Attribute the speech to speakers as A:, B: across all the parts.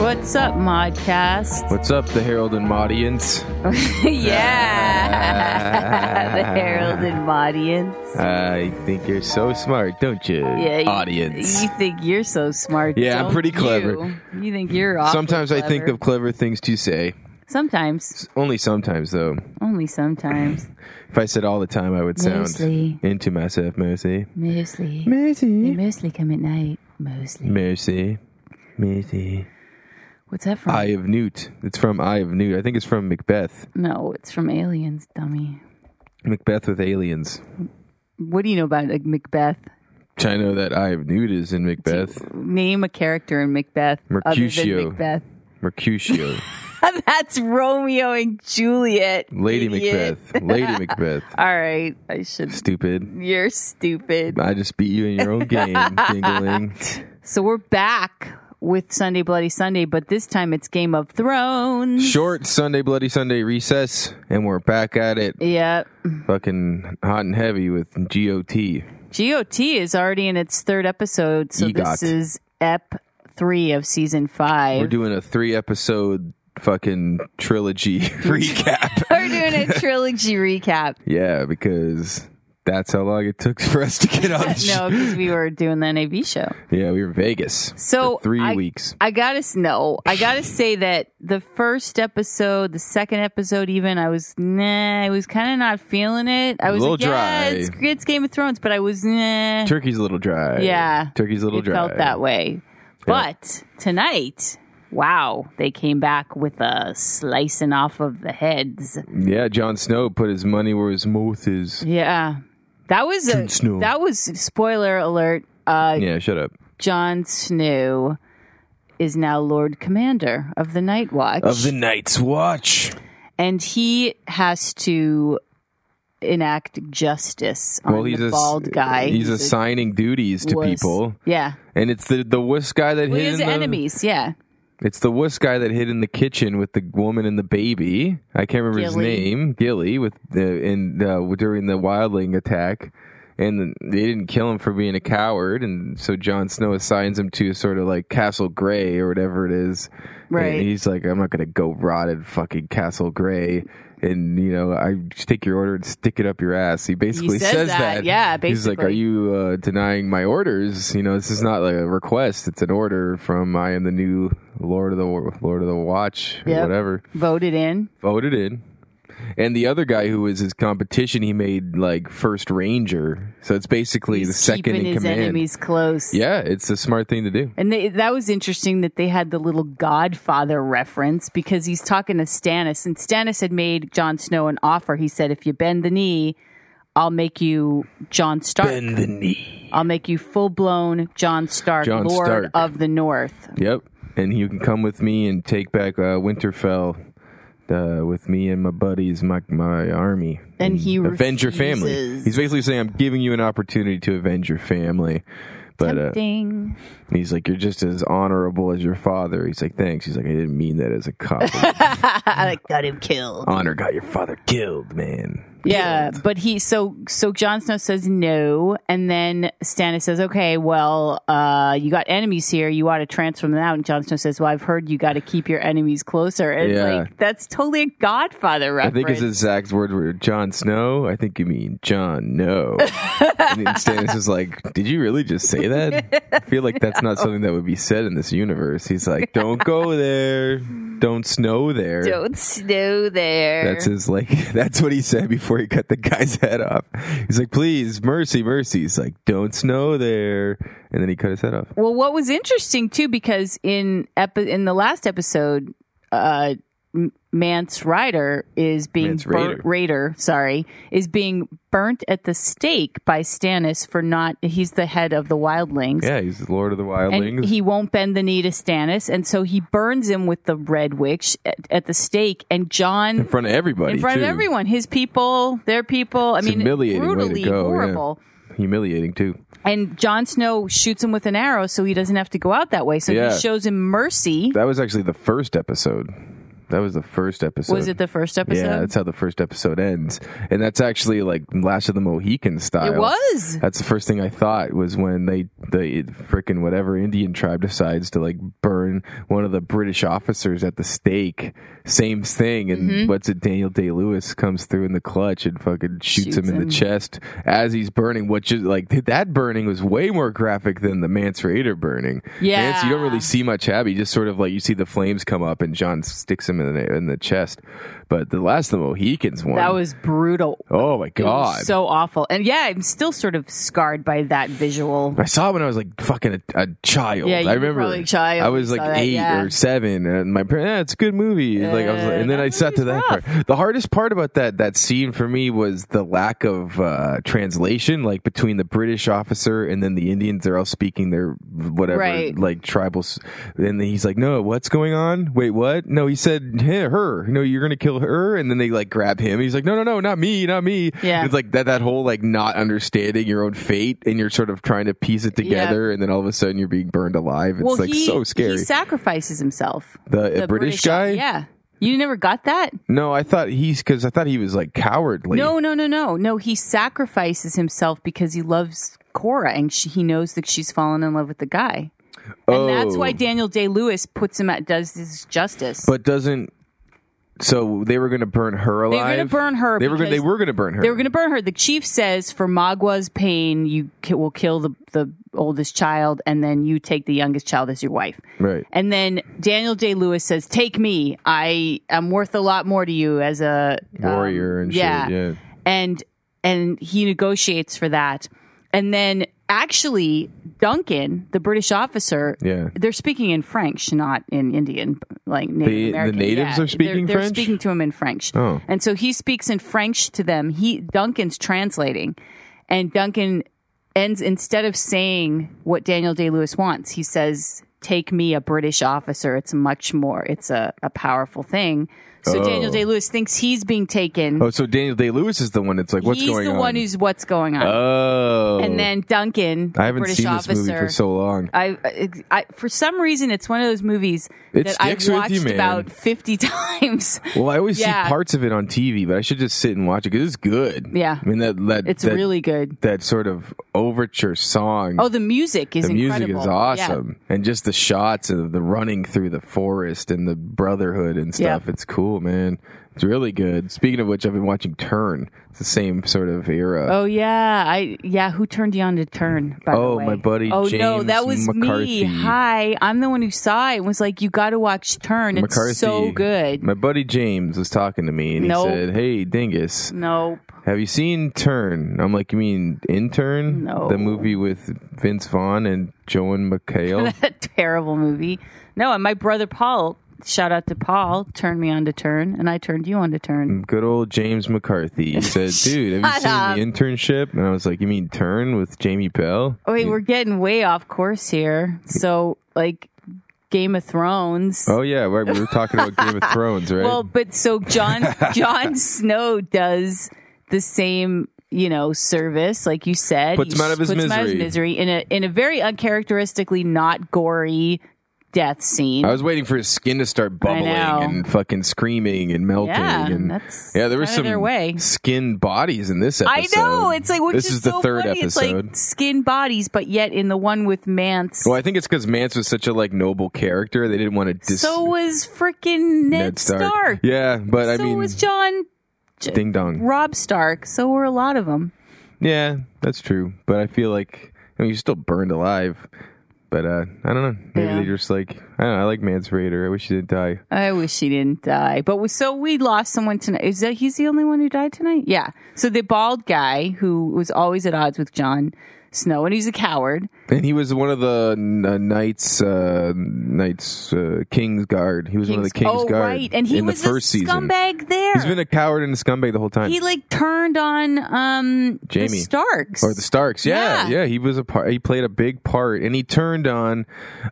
A: What's up, Modcast?
B: What's up, the Herald and Audience?
A: yeah, the Herald and audience.
B: I think you're so smart, don't you?
A: Yeah, you-
B: audience.
A: You think you're so smart?
B: Yeah, I'm
A: don't
B: pretty
A: you?
B: clever.
A: You, think you're awfully
B: sometimes I think
A: clever.
B: of clever things to say.
A: sometimes,
B: Only sometimes, though.
A: only sometimes,
B: If I said all the time, I would sound
A: Mostly.
B: into myself. Mercy.
A: mostly. They
B: Mercy.
A: mostly come at night, mostly.
B: Mercy. Mercy.
A: What's that from?
B: Eye of Newt. It's from Eye of Newt. I think it's from Macbeth.
A: no, it's from Aliens, dummy.
B: Macbeth with aliens.
A: What do you know about like, Macbeth?
B: I know that Eye of Newt is in Macbeth.
A: Name a character in Macbeth other
B: Mercutio.
A: than Macbeth.
B: Mercutio.
A: That's Romeo and Juliet.
B: Lady
A: idiot.
B: Macbeth. Lady Macbeth.
A: All right, I should.
B: Stupid.
A: You're stupid.
B: I just beat you in your own game, Dingling.
A: So we're back with Sunday Bloody Sunday, but this time it's Game of Thrones.
B: Short Sunday, Bloody Sunday recess, and we're back at it,
A: Yep.
B: fucking hot and heavy with GOT.
A: GOT is already in its third episode, so
B: EGOT.
A: this is Ep three of season five.
B: We're doing a three episode fucking trilogy recap.
A: We're doing a trilogy recap.
B: Yeah, because that's how long it took for us to get on. the
A: No,
B: show.
A: because we were doing the NAB show.
B: Yeah, we were in Vegas.
A: So
B: for three
A: I-
B: weeks.
A: I gotta s- no. I gotta say that the first episode, the second episode, even I was nah. I was kind of not feeling it. I was
B: Little
A: like, yeah,
B: dry.
A: it's, it's Game of Thrones, but I was nah.
B: Turkey's a little dry.
A: Yeah.
B: Turkey's a little
A: it
B: dry.
A: felt that way. But tonight, wow, they came back with a slicing off of the heads.
B: Yeah, Jon Snow put his money where his mouth is.
A: Yeah, that was a,
B: Jon Snow.
A: that was spoiler alert. Uh,
B: Yeah, shut up.
A: John Snow is now Lord Commander of the Night Watch,
B: Of the Night's Watch.
A: and he has to enact justice on
B: Well, he's
A: the
B: a
A: bald guy.
B: He's assigning duties to
A: wuss.
B: people,
A: Yeah,
B: and it's the the wuss guy that
A: well,
B: hid
A: his
B: in the
A: enemies. Yeah,
B: It's the wuss guy that hid in the kitchen with the woman and the baby. I can't remember his
A: Gilly.
B: name. Gilly with the in uh, during the wildling attack, and they didn't kill him for being a coward, and so Jon Snow assigns him to sort of like Castle Grey or whatever it is.
A: Right.
B: And he's like, I'm not gonna go rot in fucking Castle Grey. And you know, I just take your order and stick it up your ass. He basically
A: says that. Yeah,
B: he's like,
A: basically.
B: "Are you uh, denying my orders? You know, this is not like a request; it's an order from I am the new Lord of the Lord of the Watch or
A: Yep.
B: whatever."
A: voted in.
B: Voted in, and the other guy who was his competition, he made like first ranger. So it's basically the
A: He's
B: second
A: keeping
B: in
A: his
B: command.
A: enemies close.
B: Yeah, it's a smart thing to do.
A: And they, that was interesting that they had the little Godfather reference because he's talking to Stannis, and Stannis had made Jon Snow an offer. He said, "If you bend the knee, I'll make you Jon Stark.
B: Bend the knee.
A: I'll make you full blown Jon Stark,
B: Jon
A: Lord
B: Stark.
A: of the North."
B: Yep, and you can come with me and take back uh, Winterfell. Uh, with me and my buddies, my my army,
A: And he
B: avenge your family.
A: refuses.
B: He's basically saying, "I'm giving you an opportunity to avenge your family," but uh,
A: Ding.
B: he's like, "You're just as honorable as your father." He's like, "Thanks." He's like, "I didn't mean that as a cop.
A: I got him killed.
B: Honor got your father killed, man."
A: Yeah, but he so so Jon Snow says no, and then Stannis says, "Okay, well, uh, you got enemies here. You ought to transfer them out." And Jon Snow says, "Well, I've heard you got to keep your enemies closer." And it's
B: Yeah.
A: like that's totally a Godfather
B: I
A: reference.
B: think it's Zach's word where John Snow. I think you mean John No. and then Stannis is like, "Did you really just say that?" I feel like that's not something that would be said in this universe. He's like, "Don't go there. Don't snow there."
A: Don't snow there.
B: That's his like. That's what he said before he cut the guy's head off. He's like, "Please, mercy, mercy." He's like, "Don't snow there," and then he cut his head off.
A: Well, what was interesting too, because in epi- in the last episode, uh, M- Mance Ryder is being
B: Mance Rayder.
A: burnt, Raider, sorry, is being burnt at the stake by Stannis for not. He's the head of the Wildlings.
B: Yeah, he's the Lord of the
A: And
B: Wildlings.
A: he won't bend the knee to Stannis, and so he burns him with the red witch at, at the stake. And John,
B: in front of everybody.
A: in front
B: too.
A: of everyone, his people, their people. I
B: It's
A: mean,
B: humiliating way to
A: brutally
B: go, yeah.
A: horrible.
B: Humiliating too.
A: And Jon Snow shoots him with an arrow so he doesn't have to go out that way. So
B: Yeah.
A: he shows him mercy.
B: That was actually the first episode. That was the first episode.
A: was it the first episode?
B: Yeah, that's how the first episode ends, and that's actually like Last of the Mohican style.
A: it was.
B: That's the first thing I thought was when they the frickin' whatever Indian tribe decides to like burn one of the British officers at the stake, same thing. And
A: Mm-hmm.
B: what's it? Daniel Day Lewis comes through in the clutch and fucking shoots,
A: Shoots
B: him in
A: him.
B: the chest as he's burning. Which is like th- that burning was way more graphic than the Mance Raider burning.
A: Yeah.
B: Mance, you don't really see much happy. Just sort of like you see the flames come up and John sticks him in the in the chest. But the last of the Mohicans one.
A: That was brutal.
B: oh my
A: It was
B: god.
A: so awful. And yeah, I'm still sort of scarred by that visual.
B: I saw it when I was like fucking a, a child.
A: Yeah, you
B: I
A: were
B: remember.
A: probably a child
B: I
A: when
B: was
A: you
B: like
A: saw that,
B: eight
A: yeah.
B: or seven, and my parents, yeah, it's a good movie. like I was, like, and then
A: that
B: I sat to that.
A: movie's
B: Part. The hardest part about that that scene for me was the lack of uh, translation, like between the British officer and then the Indians. They're all speaking their whatever,
A: Right.
B: like tribal. s- And then he's like, "No, what's going on? Wait, what? No, he said her, her. No, you're gonna kill her." And then they like grab him. He's like, "No, no, no, not me, not me."
A: Yeah.
B: It's like that that whole like not understanding your own fate and you're sort of trying to piece it together and then all of a sudden you're being burned alive. It's
A: well,
B: like
A: he,
B: so scary.
A: He sacrifices himself.
B: the, uh, British, guy?
A: Yeah. You never got that?
B: No, I thought he's because I thought he was like cowardly.
A: No, no, no, no, no. He sacrifices himself because he loves Cora and she, he knows that she's fallen in love with the guy,
B: oh,
A: and that's why Daniel Day Lewis puts him at does his justice.
B: But doesn't. So they were going to burn her
A: They were
B: alive.
A: gonna burn her
B: They were gonna, they
A: because-
B: were going to burn her.
A: they were going to burn her. The chief says, "For Magua's pain, you ki- will kill the the oldest child, and then you take the youngest child as your wife."
B: right.
A: And then Daniel J. Lewis says, "Take me. I am worth a lot more to you as a um,
B: Warrior and shit. Yeah.
A: and and he negotiates for that and then actually duncan the british officer
B: Yeah.
A: they're speaking in french not in indian like native
B: The- the
A: American.
B: natives
A: Yeah,
B: are speaking
A: they're,
B: French?
A: they're speaking to him in french
B: Oh.
A: and so he speaks in french to them he duncan's translating and duncan ends instead of saying what daniel day-lewis wants he says take me a british officer it's much more it's a, a powerful thing so
B: Oh.
A: daniel day-lewis thinks he's being taken
B: Oh, so Daniel Day Lewis is the one that's like, what's
A: he's
B: going
A: the
B: on?
A: one who's what's going on.
B: oh.
A: and then Duncan,
B: I haven't
A: British
B: seen
A: officer.
B: this movie for so long.
A: I, I, I- for some reason, it's one of those movies
B: It
A: that I've
B: sticks with
A: watched
B: you, man.
A: about fifty times.
B: Well, I always
A: Yeah.
B: see parts of it on TV, but I should just sit and watch it because it's good.
A: Yeah.
B: I mean that that
A: It's
B: that,
A: really good.
B: that sort of overture song.
A: Oh, the music is
B: the music
A: incredible.
B: is awesome, and just the shots of the running through the forest and the brotherhood and stuff. It's cool, man. It's really good. Speaking of which, I've been watching Turn. It's the same sort of
A: Yeah.
B: era.
A: Oh yeah, I yeah. Who turned you on to turn? By
B: Oh,
A: the way?
B: my buddy
A: Oh no,
B: James
A: that was
B: McCarthy.
A: me. Hi, I'm the one who saw it. and Was like, you got to watch Turn. It's
B: McCarthy,
A: so good.
B: My buddy James was talking to me, and
A: Nope.
B: he said, "Hey, Dingus,
A: nope.
B: Have you seen Turn? I'm like, you mean Intern?
A: No.
B: The movie with Vince Vaughn and Joan McHale?
A: that terrible movie. No, and my brother Paul, shout out to Paul, turned me on to turn, and I turned you on to turn.
B: Good old James McCarthy. He said, dude, have you
A: Shut
B: seen
A: up.
B: The Internship? And I was like, you mean Turn with Jamie Bell?
A: Oh, wait, we're getting way off course here. So, like, Game of Thrones.
B: Oh, yeah. Right. We were talking about Game of Thrones, right?
A: Well, but so John John Snow does the same, you know, service, like you said.
B: Puts
A: He
B: him out of his
A: puts Him out of his
B: misery.
A: misery in a in a very uncharacteristically not gory death scene.
B: I was waiting for his skin to start bubbling
A: know.
B: and fucking screaming and melting.
A: Yeah,
B: and
A: that's
B: yeah, there were
A: kinda
B: some
A: their way.
B: skin bodies in this
A: I
B: episode.
A: know. It's like which
B: this is, the
A: so
B: third
A: funny.
B: episode.
A: It's like skin bodies, but yet in the one with Mance,
B: well, I think it's because Mance was such a like noble character. They didn't want to dis-
A: so was freaking Ned, Stark.
B: Yeah, but I
A: so
B: mean,
A: was John
B: ding dong.
A: Rob Stark. So were a lot of them.
B: Yeah, that's true. But I feel like I mean, you're still burned alive. But uh, I don't know. Maybe
A: Yeah.
B: they just like I don't know. I like Mance Raider. I wish he didn't die.
A: I wish he didn't die. But we, so we lost someone tonight. Is that he's the only one who died tonight? Yeah. So the bald guy who was always at odds with John Snow, and he's a coward.
B: And he was one of the uh, knights, uh, knights, uh, King's Guard. He was one of the King's
A: oh
B: Guard
A: right, and he
B: in
A: was
B: the first
A: a
B: season.
A: scumbag there.
B: He's been a coward and a scumbag the whole time.
A: he like turned on um the
B: Jamie.
A: Starks
B: or the Starks, yeah, yeah,
A: Yeah.
B: He was a part. He played a big part, and he turned on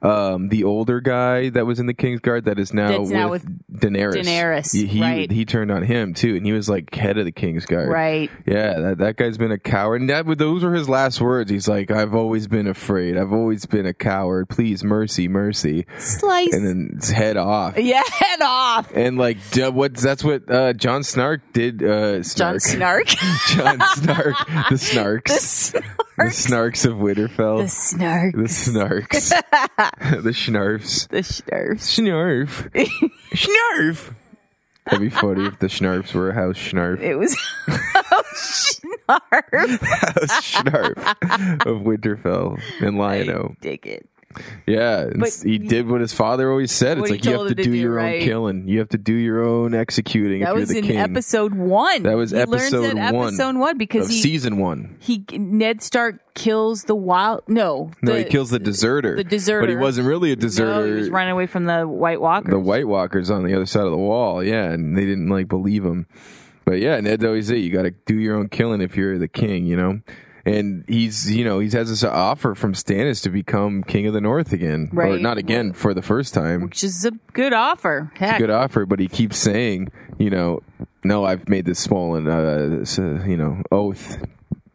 B: um, the older guy that was in the King's Guard that is now,
A: That's
B: with,
A: now
B: Daenerys.
A: Daenerys,
B: He, he,
A: right.
B: he turned on him too, and he was like head of the King's Guard.
A: right.
B: Yeah, that, that guy's been a coward. And that, those were his last words. words. He's like, I've always been afraid. I've always been a coward. Please, mercy, mercy.
A: Slice.
B: And then it's head off.
A: yeah, head off.
B: And like, duh, what? That's what uh, John Snark did. Uh,
A: John
B: snark.
A: Snark.
B: John Snark. The
A: the
B: Snarks. The
A: Snark.
B: Snarks of
A: The
B: Winterfell.
A: Snark.
B: The Snarks. the Schnarfs.
A: The Snark.
B: Snarf. Snarf. That'd be funny if the Schnarfs were a house Schnarf.
A: It was Snark.
B: House Schnarf of Winterfell and Lion-O.
A: Dig it.
B: Yeah, and
A: But
B: s- he did what his father always said. It's
A: What he
B: like you have
A: told
B: to
A: him to
B: do
A: do,
B: your
A: right?
B: own killing. You have to do your own executing
A: That
B: if
A: was
B: you're
A: in
B: the king.
A: episode one.
B: That was
A: He learns that
B: episode one
A: Episode one because
B: of
A: he
B: season one.
A: he Ned Stark kills the wild. No,
B: No,
A: the,
B: he kills the deserter.
A: the
B: but he
A: deserter.
B: wasn't really a
A: No,
B: deserter.
A: he was running away from the White Walker.
B: the White Walkers on the other side of the wall. Yeah, and they didn't like believe him. But yeah, Ned always said you got to do your own killing if you're the king, you know. And he's, you know, he's has this offer from Stannis to become king of the North again, or
A: Right.
B: not again for the first time.
A: which is a good offer. Heck,
B: good offer, but he keeps saying, you know, no, I've made this swollen, uh, s- uh, you know, oath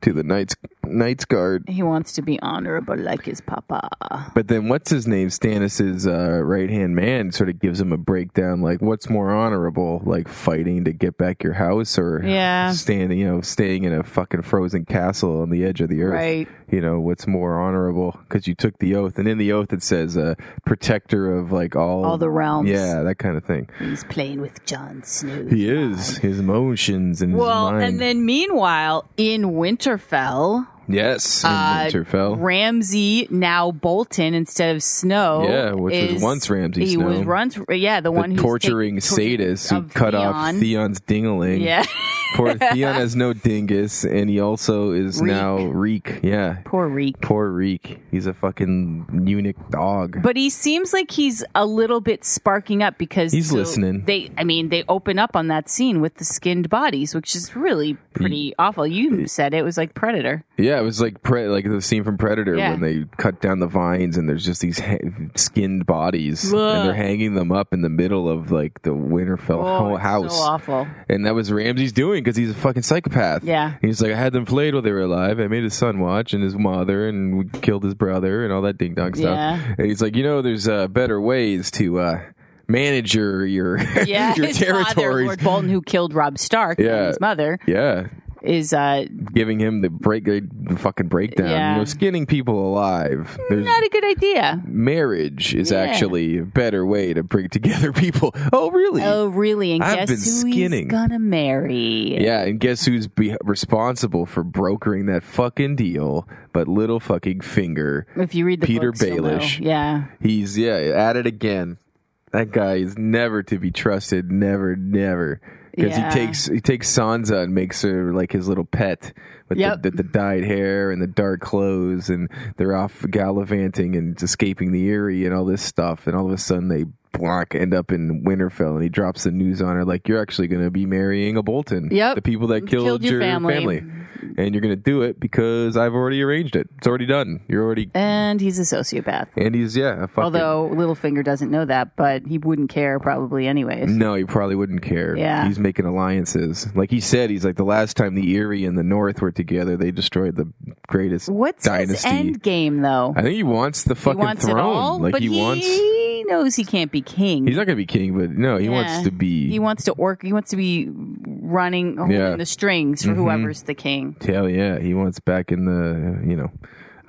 B: to the Knights Knights Guard.
A: he wants to be honorable like his papa.
B: But then what's his name? Stannis's uh, right hand man sort of gives him a breakdown, like what's more honorable, like fighting to get back your house, or
A: Yeah.
B: standing, you know, staying in a fucking frozen castle on the edge of the earth.
A: Right.
B: You know what's more honorable because you took the oath, and in the oath it says uh, protector of like all
A: All the realms.
B: Yeah, that kind of thing.
A: He's playing with Jon Snow.
B: He is his emotions and
A: Well,
B: his mind.
A: and then meanwhile in Winterfell,
B: yes, in
A: uh,
B: Winterfell.
A: Ramsey now Bolton instead of Snow.
B: Yeah, which was
A: is-
B: once Ramsay
A: He was
B: Snow.
A: once, yeah, the,
B: The
A: one who's
B: torturing
A: taking-
B: sadist who
A: of
B: cut off
A: Theon.
B: Theon's dingaling.
A: Yeah,
B: Poor Theon has no dingus, and he also is
A: Reek.
B: now Reek. Yeah,
A: poor Reek.
B: poor Reek. He's a fucking eunuch dog.
A: But he seems like he's a little bit sparking up because
B: He's listening.
A: They, I mean, they open up on that scene with the skinned bodies, which is really pretty awful. You said it was like Predator.
B: yeah, it was like pre- like the scene from Predator
A: Yeah.
B: when they cut down the vines, and there's just these ha- skinned bodies,
A: Ugh.
B: and they're hanging them up in the middle of like the Winterfell ho-
A: Oh, it's
B: house.
A: so awful.
B: And that was Ramsey's doing because he's a fucking psychopath.
A: Yeah.
B: He's like, I had them flayed while they were alive. I made his son watch and his mother and we killed his brother and all that ding dong stuff.
A: Yeah.
B: And he's like, you know, there's uh, better ways to uh, manage your your,
A: Yeah,
B: your
A: his father,
B: territories.
A: Lord Bolton, who killed Rob Stark, and
B: Yeah.
A: his mother
B: yeah.
A: is uh,
B: Giving him the break the fucking breakdown.
A: Yeah.
B: You know, skinning people alive. There's
A: not a good idea.
B: marriage is
A: Yeah.
B: actually a better way to bring together people. Oh really?
A: Oh, really? And
B: I've
A: guess
B: been
A: who
B: skinning.
A: he's gonna marry?
B: Yeah, and guess who's be- responsible for brokering that fucking deal? But little fucking finger.
A: If you read the
B: Peter
A: books, you'll know.
B: Baelish.
A: Yeah.
B: He's yeah at it again. That guy is never to be trusted. Never, never. Because
A: Yeah.
B: he takes he takes Sansa and makes her like his little pet with
A: Yep.
B: the, the, the dyed hair and the dark clothes, and they're off gallivanting and escaping the Eyrie and all this stuff. And all of a sudden they block end up in Winterfell, and he drops the news on her like you're actually going to be marrying a Bolton.
A: Yep.
B: the people that killed,
A: Killed your family.
B: family, and you're going to do it because I've already arranged it. It's already done. You're already.
A: And he's a sociopath.
B: And he's yeah, a fucking
A: Although Littlefinger doesn't know that, but he wouldn't care probably anyways.
B: No, he probably wouldn't care.
A: Yeah.
B: He's making alliances. Like he said, he's like the last time the Erie and the North were together, they destroyed the greatest
A: What's his
B: dynasty.
A: end game though?
B: I think he wants the
A: He
B: fucking
A: wants
B: throne.
A: it all,
B: like
A: but
B: he,
A: he,
B: wants
A: knows he can't be king.
B: He's not gonna be king, but no, he
A: Yeah.
B: wants to be
A: he wants to orc. He wants to be running, holding
B: Yeah. Mm-hmm.
A: the strings for whoever's the king.
B: Hell yeah, he wants back in the you know,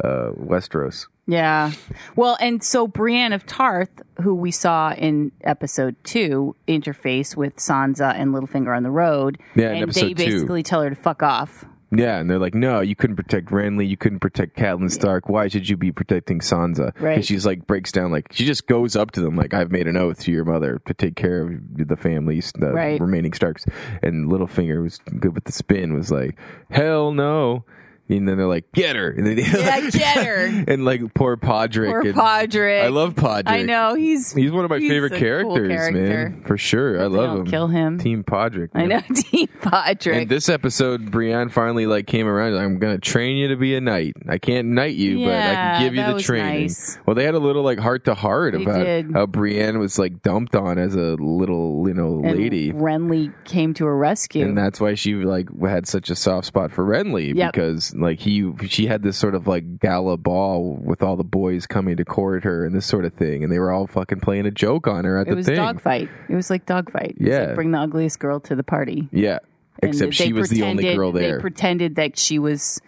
B: uh Westeros.
A: Yeah. Well, and so Brienne of Tarth, who we saw in episode two, interface with Sansa and Littlefinger on the road.
B: Yeah, in
A: and
B: episode
A: they
B: two.
A: basically tell her to fuck off.
B: Yeah, and they're like, no, you couldn't protect Renly, you couldn't protect Catelyn Stark. Why should you be protecting Sansa?
A: Right.
B: And she's like, breaks down, like she just goes up to them, like, I've made an oath to your mother to take care of the families, the
A: Right.
B: remaining Starks. And Littlefinger was good with the spin, was like, hell no. And then they're like, get her. And then
A: Yeah, get her.
B: and like poor Podrick.
A: Poor
B: and-
A: Podrick.
B: I love Podrick.
A: I know he's.
B: He's one of my
A: He's
B: favorite
A: a cool
B: characters,
A: character.
B: man. For sure. I love
A: don't
B: him.
A: kill him.
B: Team Podrick.
A: I
B: man.
A: know Dean Podrick.
B: And this episode, Brienne finally like came around. I'm gonna train you to be a knight. I can't knight you, but I
A: Yeah,
B: can give you
A: that
B: the
A: was
B: training.
A: nice.
B: Well, they had a little like heart to heart
A: They
B: about
A: did.
B: how Brienne was like dumped on as a little you know
A: And
B: lady,
A: Renly came to her rescue.
B: and that's why she like had such a soft spot for Renly
A: Yep.
B: because was like he she had this sort of like gala ball with all the boys coming to court her and this sort of thing, and they were all fucking playing a joke on her at
A: It
B: the
A: was
B: thing.
A: dogfight. It was like dogfight. It was
B: Yeah.
A: like bring the ugliest girl to the party.
B: Yeah,
A: And
B: except
A: they
B: she was the only
A: pretended-
B: girl there.
A: They pretended that she was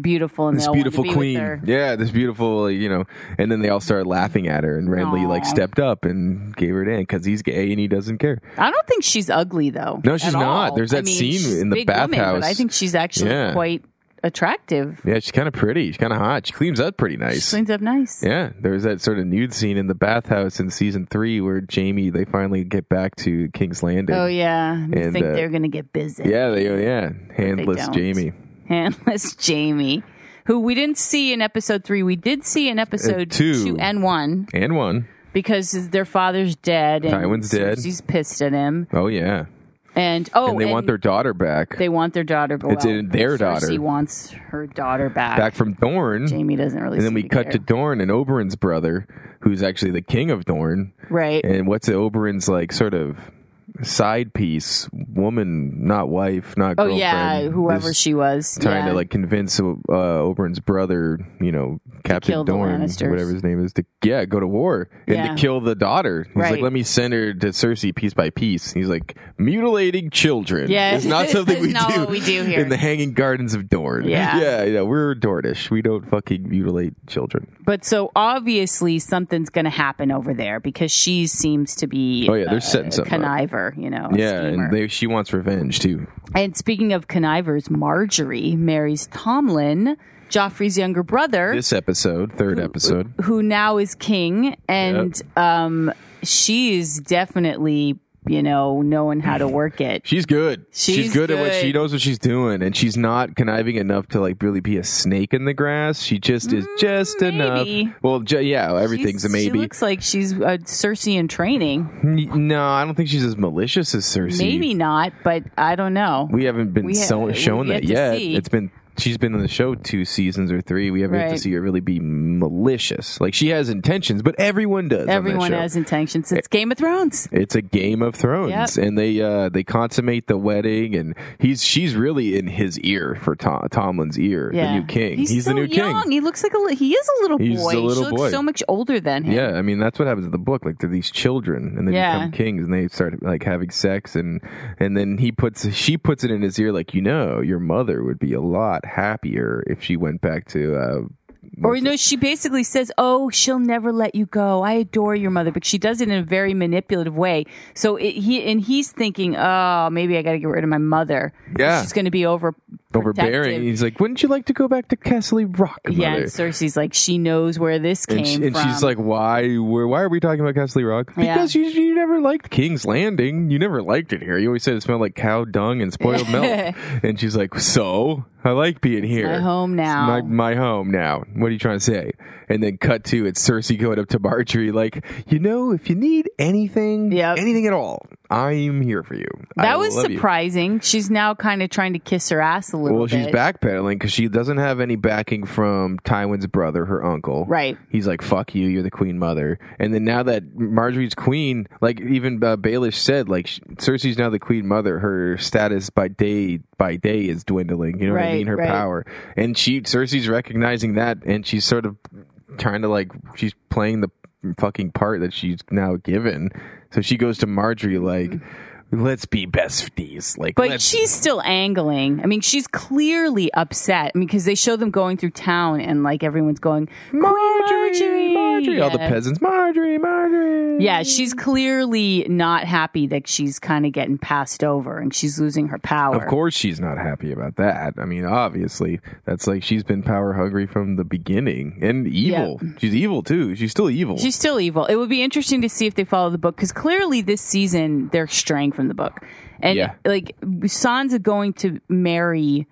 A: beautiful and
B: this
A: they all
B: beautiful
A: wanted to be with
B: queen.
A: her.
B: Yeah, this beautiful, like, you know. And then they all started laughing at her, and Renly like
A: Aw.
B: stepped up and gave her an because he's gay and he doesn't care.
A: I don't think she's ugly though.
B: No, she's
A: at
B: not.
A: all.
B: There's
A: I
B: that
A: mean,
B: scene
A: she's a
B: in the
A: big woman,
B: bathhouse.
A: but I think she's actually
B: Yeah.
A: quite attractive.
B: Yeah, she's kind of pretty. She's kind of hot. She cleans up pretty
A: She
B: nice.
A: cleans up nice.
B: Yeah, there was that sort of nude scene in the bathhouse in season three where Jamie they finally get back to King's Landing.
A: Oh yeah, you
B: And,
A: think
B: uh,
A: they're gonna get busy?
B: yeah, they, oh, yeah, handless
A: don't.
B: Jamie.
A: handless Jamie, who we didn't see in episode three. We did see in episode
B: Uh, two.
A: and one
B: And one.
A: because his- their father's dead and
B: Tywin's dead.
A: Cersei's pissed at him,
B: Oh yeah,
A: and oh,
B: and they want their daughter back,
A: they want their daughter. But
B: It's
A: well,
B: in their
A: Cersei
B: daughter.
A: wants her daughter back.
B: back from Dorne.
A: Jamie doesn't really.
B: And then
A: seem
B: we
A: to
B: cut
A: care.
B: to Dorne and Oberyn's brother, who's actually the king of Dorne.
A: right.
B: And what's Oberyn's like sort of side piece, woman, not wife, not
A: Oh
B: girlfriend.
A: yeah, whoever
B: is
A: she was
B: trying
A: yeah.
B: to like convince uh, Oberyn's brother, you know, Captain
A: kill the
B: Dorne,
A: Lannisters.
B: whatever his name is, to yeah, go to war and
A: Yeah.
B: to kill the daughter. He's like,
A: Right.
B: let me send her to Cersei piece by piece. He's like, mutilating children.
A: Yeah,
B: is not something
A: it's
B: we
A: not
B: do.
A: what we do here.
B: in the Hanging Gardens of Dorne.
A: Yeah.
B: yeah, yeah. We're Dornish. We don't fucking mutilate children.
A: But so obviously something's going to happen over there because she seems to be
B: Oh, yeah, they're
A: a
B: setting something up.
A: conniver, you know. a
B: Yeah,
A: schemer.
B: and they, she wants revenge too.
A: And speaking of connivers, Marjorie marries Tomlin, Joffrey's younger brother,
B: This episode, third episode.
A: who now is king, and um, she is definitely you know knowing how to work it.
B: She's good.
A: She's
B: good, at what
A: good.
B: she knows what she's doing, and she's not conniving enough to like really be a snake in the grass. She just is just
A: Mm, maybe.
B: enough. Well, ju- yeah, everything's
A: She's-
B: a maybe.
A: She looks like she's a Cersei in training.
B: N- no, I don't think she's as malicious as Cersei.
A: Maybe not, but I don't know.
B: we haven't been
A: We ha-
B: so-
A: we've
B: shown
A: yet
B: that
A: to
B: yet.
A: see.
B: It's been she's been on the show two seasons or three. We haven't yet to
A: Right.
B: see her really be malicious. Like she has intentions, but everyone does. on that
A: Everyone
B: show. Eh.
A: has intentions. It's Game of Thrones.
B: It's a Game of Thrones, and they uh, they consummate the wedding, and he's she's really in his ear for Tom, Tomlin's ear, the new king. He's, the
A: so
B: new
A: young.
B: king.
A: He looks like a li- he is a little
B: He's
A: boy.
B: a little
A: she looks
B: boy.
A: so much older than him.
B: Yeah, I mean that's what happens in the book. Like they're these children, and they
A: Yeah.
B: become kings, and they start like having sex, and and then he puts she puts it in his ear, like you know, your mother would be a lot happier if she went back to. Uh,
A: Or you know, she basically says, "Oh, she'll never let you go. I adore your mother," but she does it in a very manipulative way. So it, he and he's thinking, "Oh, maybe I got to get rid of my mother.
B: Yeah.
A: she's going to be over
B: overbearing. He's like, wouldn't you like to go back to Castle Rock?
A: Yeah,
B: mother?"
A: and Cersei's like, she knows where this came
B: And, she, and
A: from.
B: she's like, "Why? Where, why are we talking about Castle Rock?
A: Yeah.
B: Because you, you never liked King's Landing. You never liked it here. You always said it smelled like cow dung and spoiled milk." And she's like, "So I like being here.
A: my home now."
B: My, my home now. What are you trying to say?" And then cut to it's Cersei going up to Marjorie, like, "You know, if you need anything,
A: Yep.
B: anything at all, I'm here for you." I
A: that was
B: love you."
A: surprising. She's now kind of trying to kiss her ass a little
B: Well,
A: bit.
B: she's backpedaling because she doesn't have any backing from Tywin's brother, her uncle.
A: Right.
B: He's like, "Fuck you, you're the queen mother." And then now that Marjorie's queen, like even uh, Baelish said, like sh- Cersei's now the queen mother. Her status by day by day is dwindling. You know what I
A: Right,
B: mean? Her
A: right.
B: power, and she Cersei's recognizing that, and she's sort of trying to like she's playing the fucking part that she's now given. So she goes to Marjorie like. Let's be besties. Like,
A: But
B: let's
A: she's still angling. I mean, she's clearly upset. I mean, because they show them going through town and like everyone's going, Queen Marjorie,
B: Marjorie. All the
A: Yeah.
B: peasants, Marjorie, Marjorie.
A: Yeah, she's clearly not happy that she's kind of getting passed over and she's losing her power.
B: Of course, she's not happy about that. I mean, obviously, that's like she's been power hungry from the beginning and evil. She's evil too. She's still evil.
A: She's still evil. It would be interesting to see if they follow the book because clearly this season they're straying from the book. And
B: Yeah.
A: like Sansa going to marry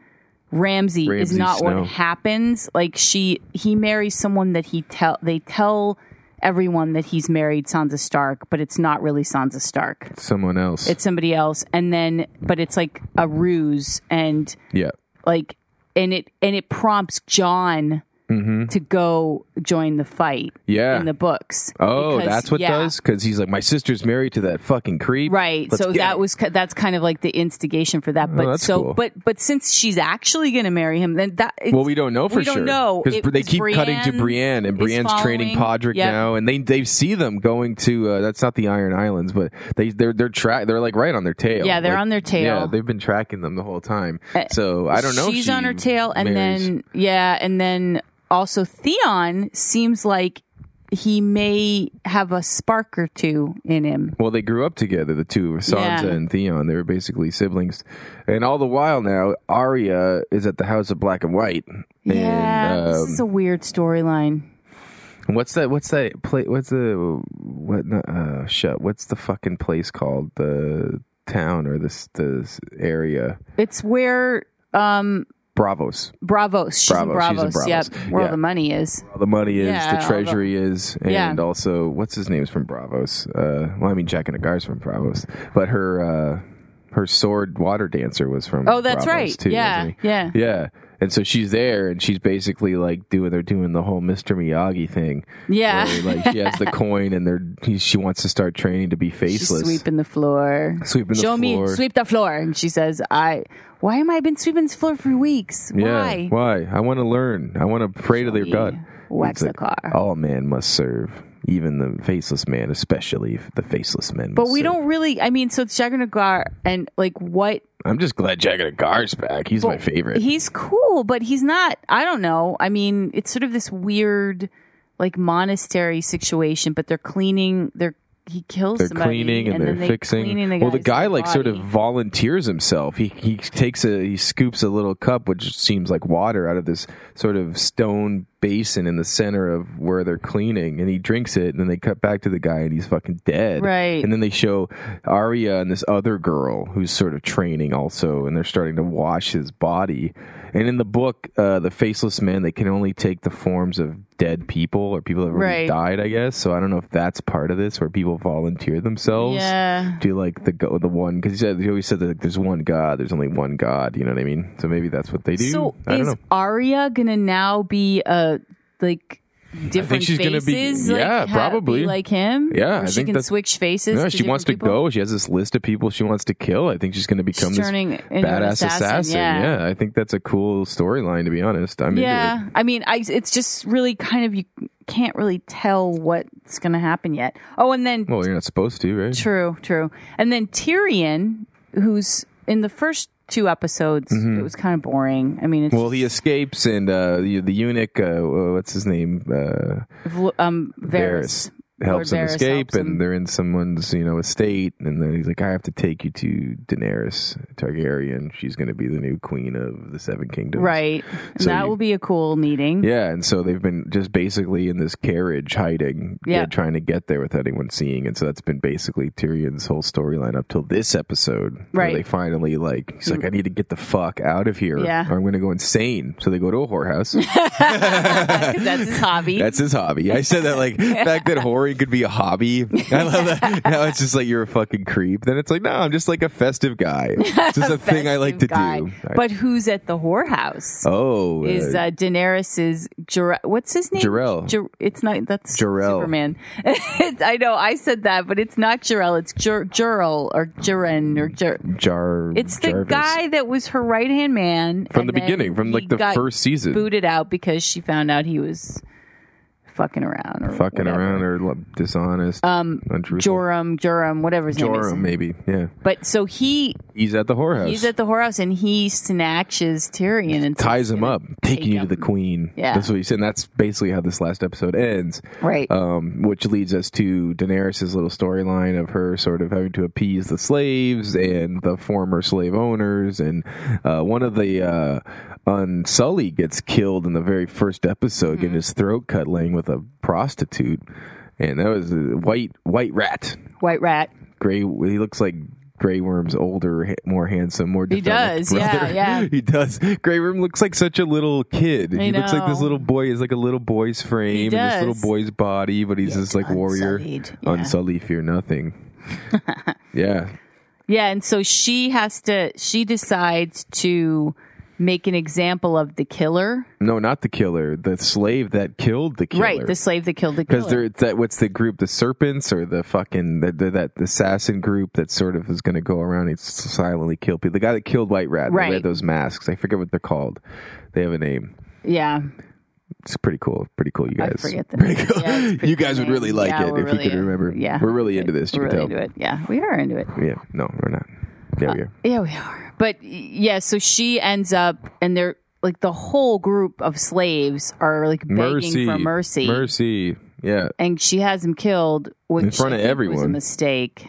A: Ramsey is
B: Ramsay
A: not
B: Snow.
A: what happens. Like she he marries someone that he tell they tell everyone that he's married Sansa Stark, but it's not really Sansa Stark.
B: Someone else.
A: It's somebody else. And then but it's like a ruse and
B: yeah.
A: like and it and it prompts John
B: Mm-hmm.
A: to go join the fight
B: Yeah.
A: in the books.
B: oh,
A: Because-
B: that's what
A: yeah.
B: does because he's like my sister's married to that fucking creep.
A: Right.
B: Let's
A: so
B: get
A: that
B: it. Oh,
A: was ki- that's kind of like the instigation for that. But
B: that's
A: so
B: cool.
A: but but since she's actually going to marry him, then that it's,
B: Well, we don't know for
A: we
B: sure.
A: don't know.
B: because
A: It
B: they
A: was
B: keep cutting to Brienne,
A: Brienne
B: and
A: is
B: Brienne's training
A: following.
B: Podrick
A: Yep.
B: now, and they they see them going to uh, that's not the Iron Islands, but they they're they're tra- they're like right on their tail.
A: Yeah, they're
B: Like,
A: on their tail.
B: Yeah, they've been tracking them the whole time.
A: Uh,
B: So I don't know. if
A: She's
B: she
A: on her tail, and
B: marries-
A: then yeah, and then also Theon seems like he may have a spark or two in him.
B: Well, they grew up together, the two, Sansa
A: Yeah.
B: and Theon. They were basically siblings. And all the while now, Arya is at the House of Black and White.
A: yeah,
B: And,
A: this
B: um,
A: is a weird storyline.
B: what's that? What's that? Play, what's the what? not- Uh, shut. What's the fucking place called? The town or this this area?
A: It's where um
B: Bravos.
A: Bravos, she's in
B: Bravos, she's in
A: Bravos,
B: Bravos.
A: yep, where
B: Yeah.
A: all the money is.
B: All the money is,
A: Yeah, all
B: the
A: the-
B: treasury is, and
A: Yeah.
B: also what's his name's from Bravos. Uh, well, I mean Jack and Agar's from Bravos, but her uh, her sword water dancer was from.
A: Oh, that's
B: Bravos
A: right.
B: Too,
A: yeah,
B: wasn't he?
A: yeah.
B: Yeah. And so she's there and she's basically like doing they're doing the whole Mr. Miyagi thing.
A: Yeah.
B: Where, like she has the coin and they're he, she wants to start training to be
A: She's
B: faceless.
A: sweeping the floor.
B: Sweeping the
A: Show
B: floor.
A: me sweep the floor. And she says, I why am I been sweeping this floor for weeks?
B: yeah.
A: Why?
B: Why? I want to learn. I want to pray to their
A: We
B: god.
A: Wax Ah.
B: It's
A: the
B: like,
A: car.
B: All man must serve, even the faceless man, especially if the faceless men.
A: But
B: must
A: we
B: serve.
A: don't really I mean, so it's Jagger Nagar and like what
B: I'm just glad Jack and Agar's back. He's my favorite.
A: he's cool, but he's not I don't know. I mean, it's sort of this weird like monastery situation, but they're cleaning they're he kills
B: they're
A: somebody
B: cleaning and,
A: then
B: they're
A: they
B: fixing.
A: cleaning
B: well, the
A: guy's
B: guy like sort of
A: body.
B: volunteers himself. He he takes a he scoops a little cup, which seems like water, out of this sort of stone basin in the center of where they're cleaning, and he drinks it. And then they cut back to the guy, and he's fucking dead.
A: Right.
B: And then they show Arya and this other girl who's sort of training also, and they're starting to wash his body. And in the book, uh, the faceless men they can only take the forms of dead people or people that already
A: Right.
B: died died, I guess. So I don't know if that's part of this where people volunteer themselves.
A: Yeah.
B: Do like the go the one because he, said- he always said that like, there's one God, there's only one God. You know what I mean? So maybe that's what they do.
A: So
B: I don't
A: is
B: know.
A: Arya gonna now be a like different
B: she's gonna
A: faces?
B: be-
A: like,
B: yeah,
A: ha-
B: probably.
A: be like him.
B: Yeah,
A: Where
B: I
A: she
B: think
A: can
B: that's-
A: switch faces.
B: No,
A: to
B: she wants to
A: different people?
B: go. She has this list of people she wants to kill. I think she's going to become
A: She's
B: this
A: turning into an
B: badass
A: assassin, yeah.
B: I think that's a cool storyline. To be honest, I'm into it.
A: Yeah, I mean, I it's just really kind of you can't really tell what's gonna happen yet. Oh, and then
B: Well, you're not supposed to, right?
A: True, true. And then Tyrion, who's in the first two episodes, it was kind of boring. I mean, it's
B: Mm-hmm. Well, he escapes, and uh, the, the eunuch, uh, what's his name? Uh,
A: um
B: Varys
A: Varys.
B: helps
A: Lord
B: him
A: Varys
B: escape,
A: helps him.
B: and they're in someone's you know estate, and then he's like, "I have to take you to Daenerys Targaryen. She's going to be the new queen of the Seven Kingdoms."
A: right? And
B: So
A: that
B: you-
A: will be a cool meeting.
B: Yeah, and so they've been just basically in this carriage hiding,
A: Yeah.
B: yeah. trying to get there without anyone seeing, and so that's been basically Tyrion's whole storyline up till this episode, where
A: Right. Hmm.
B: they finally like he's like, I need to get the fuck out of here,
A: Yeah.
B: or I'm going to go insane. So they go to a whorehouse.
A: 'Cause that's his hobby.
B: That's his hobby. I said that like back then whoring could be a hobby. I love that. Now it's just like you're a fucking creep. Then it's like, no, I'm just like a festive guy. It's just a, thing I like to
A: festive guy.
B: do. I-
A: But who's at the whorehouse?
B: oh,
A: Is
B: uh,
A: uh, Daenerys's Jor- what's his name?
B: Jarrell.
A: Jor- it's not that's
B: Jarrell.
A: Superman. It's- I know I said that, but it's not Jarrell. It's Jor- Jorl or Jiren or Jor.
B: Jar.
A: It's the
B: Jarvis.
A: guy that was her right hand man
B: from
A: and
B: the
A: then
B: beginning, from
A: he
B: like the
A: got
B: first season,
A: booted out because she found out he was fucking around or
B: fucking
A: whatever.
B: around or like, dishonest, um, untruthful.
A: Joram, Joram, whatever his
B: Joram,
A: name is.
B: maybe. Yeah,
A: But so he
B: he's at the whorehouse.
A: he's at the whorehouse and he snatches Tyrion and
B: Ties him up, taking you to
A: him.
B: the queen.
A: Yeah.
B: that's what he said. And that's basically how this last episode ends.
A: right.
B: um, which leads us to Daenerys' little storyline of her sort of having to appease the slaves and the former slave owners, and uh, one of the uh, Unsullied gets killed in the very first episode, getting his throat cut laying with a prostitute, and that was a white white rat.
A: White rat.
B: Gray, he looks like. Grey Worm's older, ha- more handsome, more
A: He
B: developed
A: does, yeah,
B: brother.
A: yeah.
B: he does. Grey Worm looks like such a little kid.
A: I
B: he looks like this
A: know.
B: little boy is like a little boy's frame
A: He
B: and this
A: does.
B: little boy's body, but he's this like warrior,
A: unsullied, yeah.
B: unsullied, fear nothing. yeah,
A: Yeah, and so she has to she decides to make an example of the killer.
B: No, not the killer. The slave that killed the killer.
A: Right, the slave that killed the
B: Because
A: killer.
B: they're that what's the group? The serpents or the fucking that that, that assassin group that sort of is going to go around and s- silently kill people. The guy that killed White Rat. They
A: Right.
B: wear those masks. I forget what they're called. They have a name.
A: yeah,
B: It's pretty cool. Pretty cool, you
A: I
B: guys.
A: forget the
B: Pretty
A: name.
B: cool.
A: Yeah, it's pretty
B: you guys would
A: name.
B: really like
A: Yeah,
B: it if
A: we're really
B: you could
A: in-
B: remember.
A: yeah.
B: we're really into this. You
A: we're
B: can
A: really
B: tell.
A: into it. Yeah, we are into it. Uh,
B: Yeah, no, we're not. Yeah, we are.
A: Yeah, we are. But yeah, so she ends up, and they're like the whole group of slaves are like begging
B: Mercy,
A: for mercy,
B: mercy. Yeah,
A: and she has him killed, which
B: In front
A: I
B: of
A: think was a
B: everyone.
A: mistake.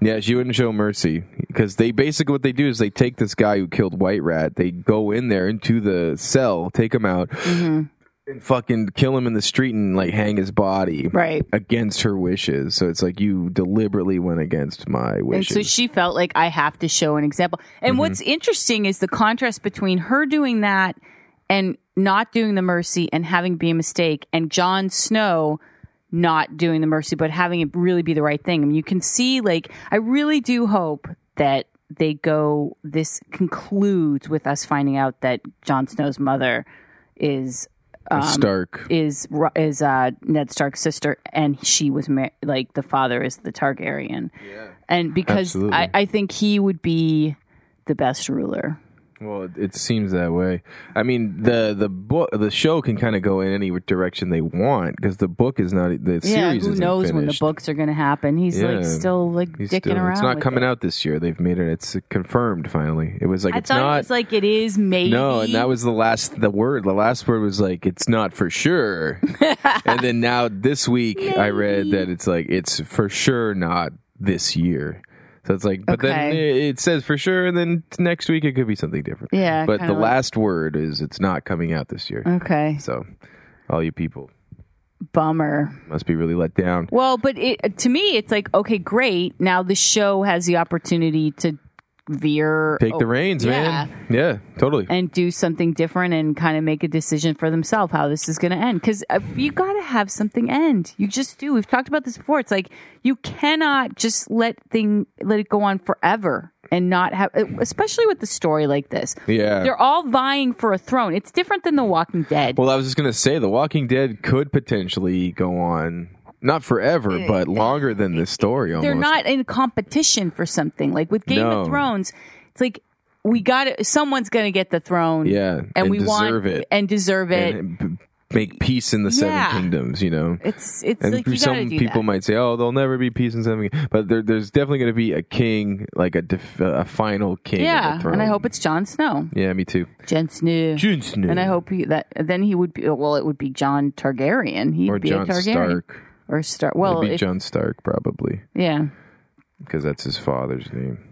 B: yeah. She wouldn't show mercy because they basically what they do is they take this guy who killed White Rat. They go in there into the cell, take him out,
A: Mm-hmm.
B: and fucking kill him in the street and like hang his body
A: Right.
B: against her wishes. So it's like you deliberately went against my
A: And
B: wishes.
A: so she felt like I have to show an example. And what's interesting is the contrast between her doing that and not doing the mercy and having it be a mistake, and Jon Snow not doing the mercy but having it really be the right thing. I mean, you can see like I really do hope that they go. This concludes with us finding out that Jon Snow's mother is um,
B: Stark.
A: is Ro- is uh, Ned Stark's sister, and she was mar- like the father is the Targaryen. Yeah. And because
B: Absolutely.
A: I, I think he would be the best ruler.
B: Well, it- it seems that way. I mean, the the book, the show can kind of go in any direction they want because the book is not the
A: yeah,
B: series.
A: who
B: isn't
A: knows when the
B: finished.
A: books are going to happen? He's
B: Yeah.
A: like still like
B: He's
A: dicking
B: still-
A: around.
B: It's not
A: with
B: coming
A: it.
B: out this year. They've made it. It's confirmed finally. It was like
A: I
B: it's
A: thought
B: not.
A: it was like it is maybe.
B: no, and that was the last the word. The last word was like it's not for sure. and then now this week I read that it's like it's for sure not this year. So it's like, but then
A: Okay.
B: it it says for sure, and then next week it could be something different.
A: Yeah,
B: But
A: kinda
B: the
A: like- Mm.
B: last word is it's not coming out this year.
A: okay.
B: So, all you people
A: Bummer.
B: must be really let down.
A: Well, but it, to me, it's like okay, great. Now the show has the opportunity to veer
B: Take the
A: oh,
B: reins, man. Yeah, totally.
A: and do something different and kind of make a decision for themselves how this is going to end. Because you got to have something end. You just do. We've talked about this before. It's like you cannot just let thing let it go on forever and not have, e, especially with the story like this.
B: yeah.
A: They're all vying for a throne. It's different than The Walking Dead.
B: Well, I was just gonna say, The Walking Dead could potentially go on not forever, but longer than this story. Almost.
A: They're not in competition for something. Like with Game
B: No.
A: of Thrones, it's like we got to Someone's going to get the throne.
B: Yeah,
A: and,
B: and
A: we
B: deserve
A: want
B: it.
A: and deserve it.
B: And b- make peace in the
A: Yeah.
B: Seven Kingdoms, you know.
A: it's it's
B: And
A: like you got to
B: some
A: do
B: people
A: that.
B: might say, "Oh, there'll never be peace in Seven Kingdoms," but there, there's definitely going to be a king, like a, def- a final king. of
A: Yeah,
B: the
A: and I
B: throne.
A: hope it's Jon Snow.
B: Yeah, me too.
A: Jon Snow.
B: Jon Snow.
A: And I hope he, that then he would be well. It would be John Targaryen. He'd
B: or
A: be
B: John
A: a Targaryen
B: Stark.
A: or Stark. Well,
B: It'd be
A: if-
B: John Stark probably
A: yeah.
B: because that's his father's name.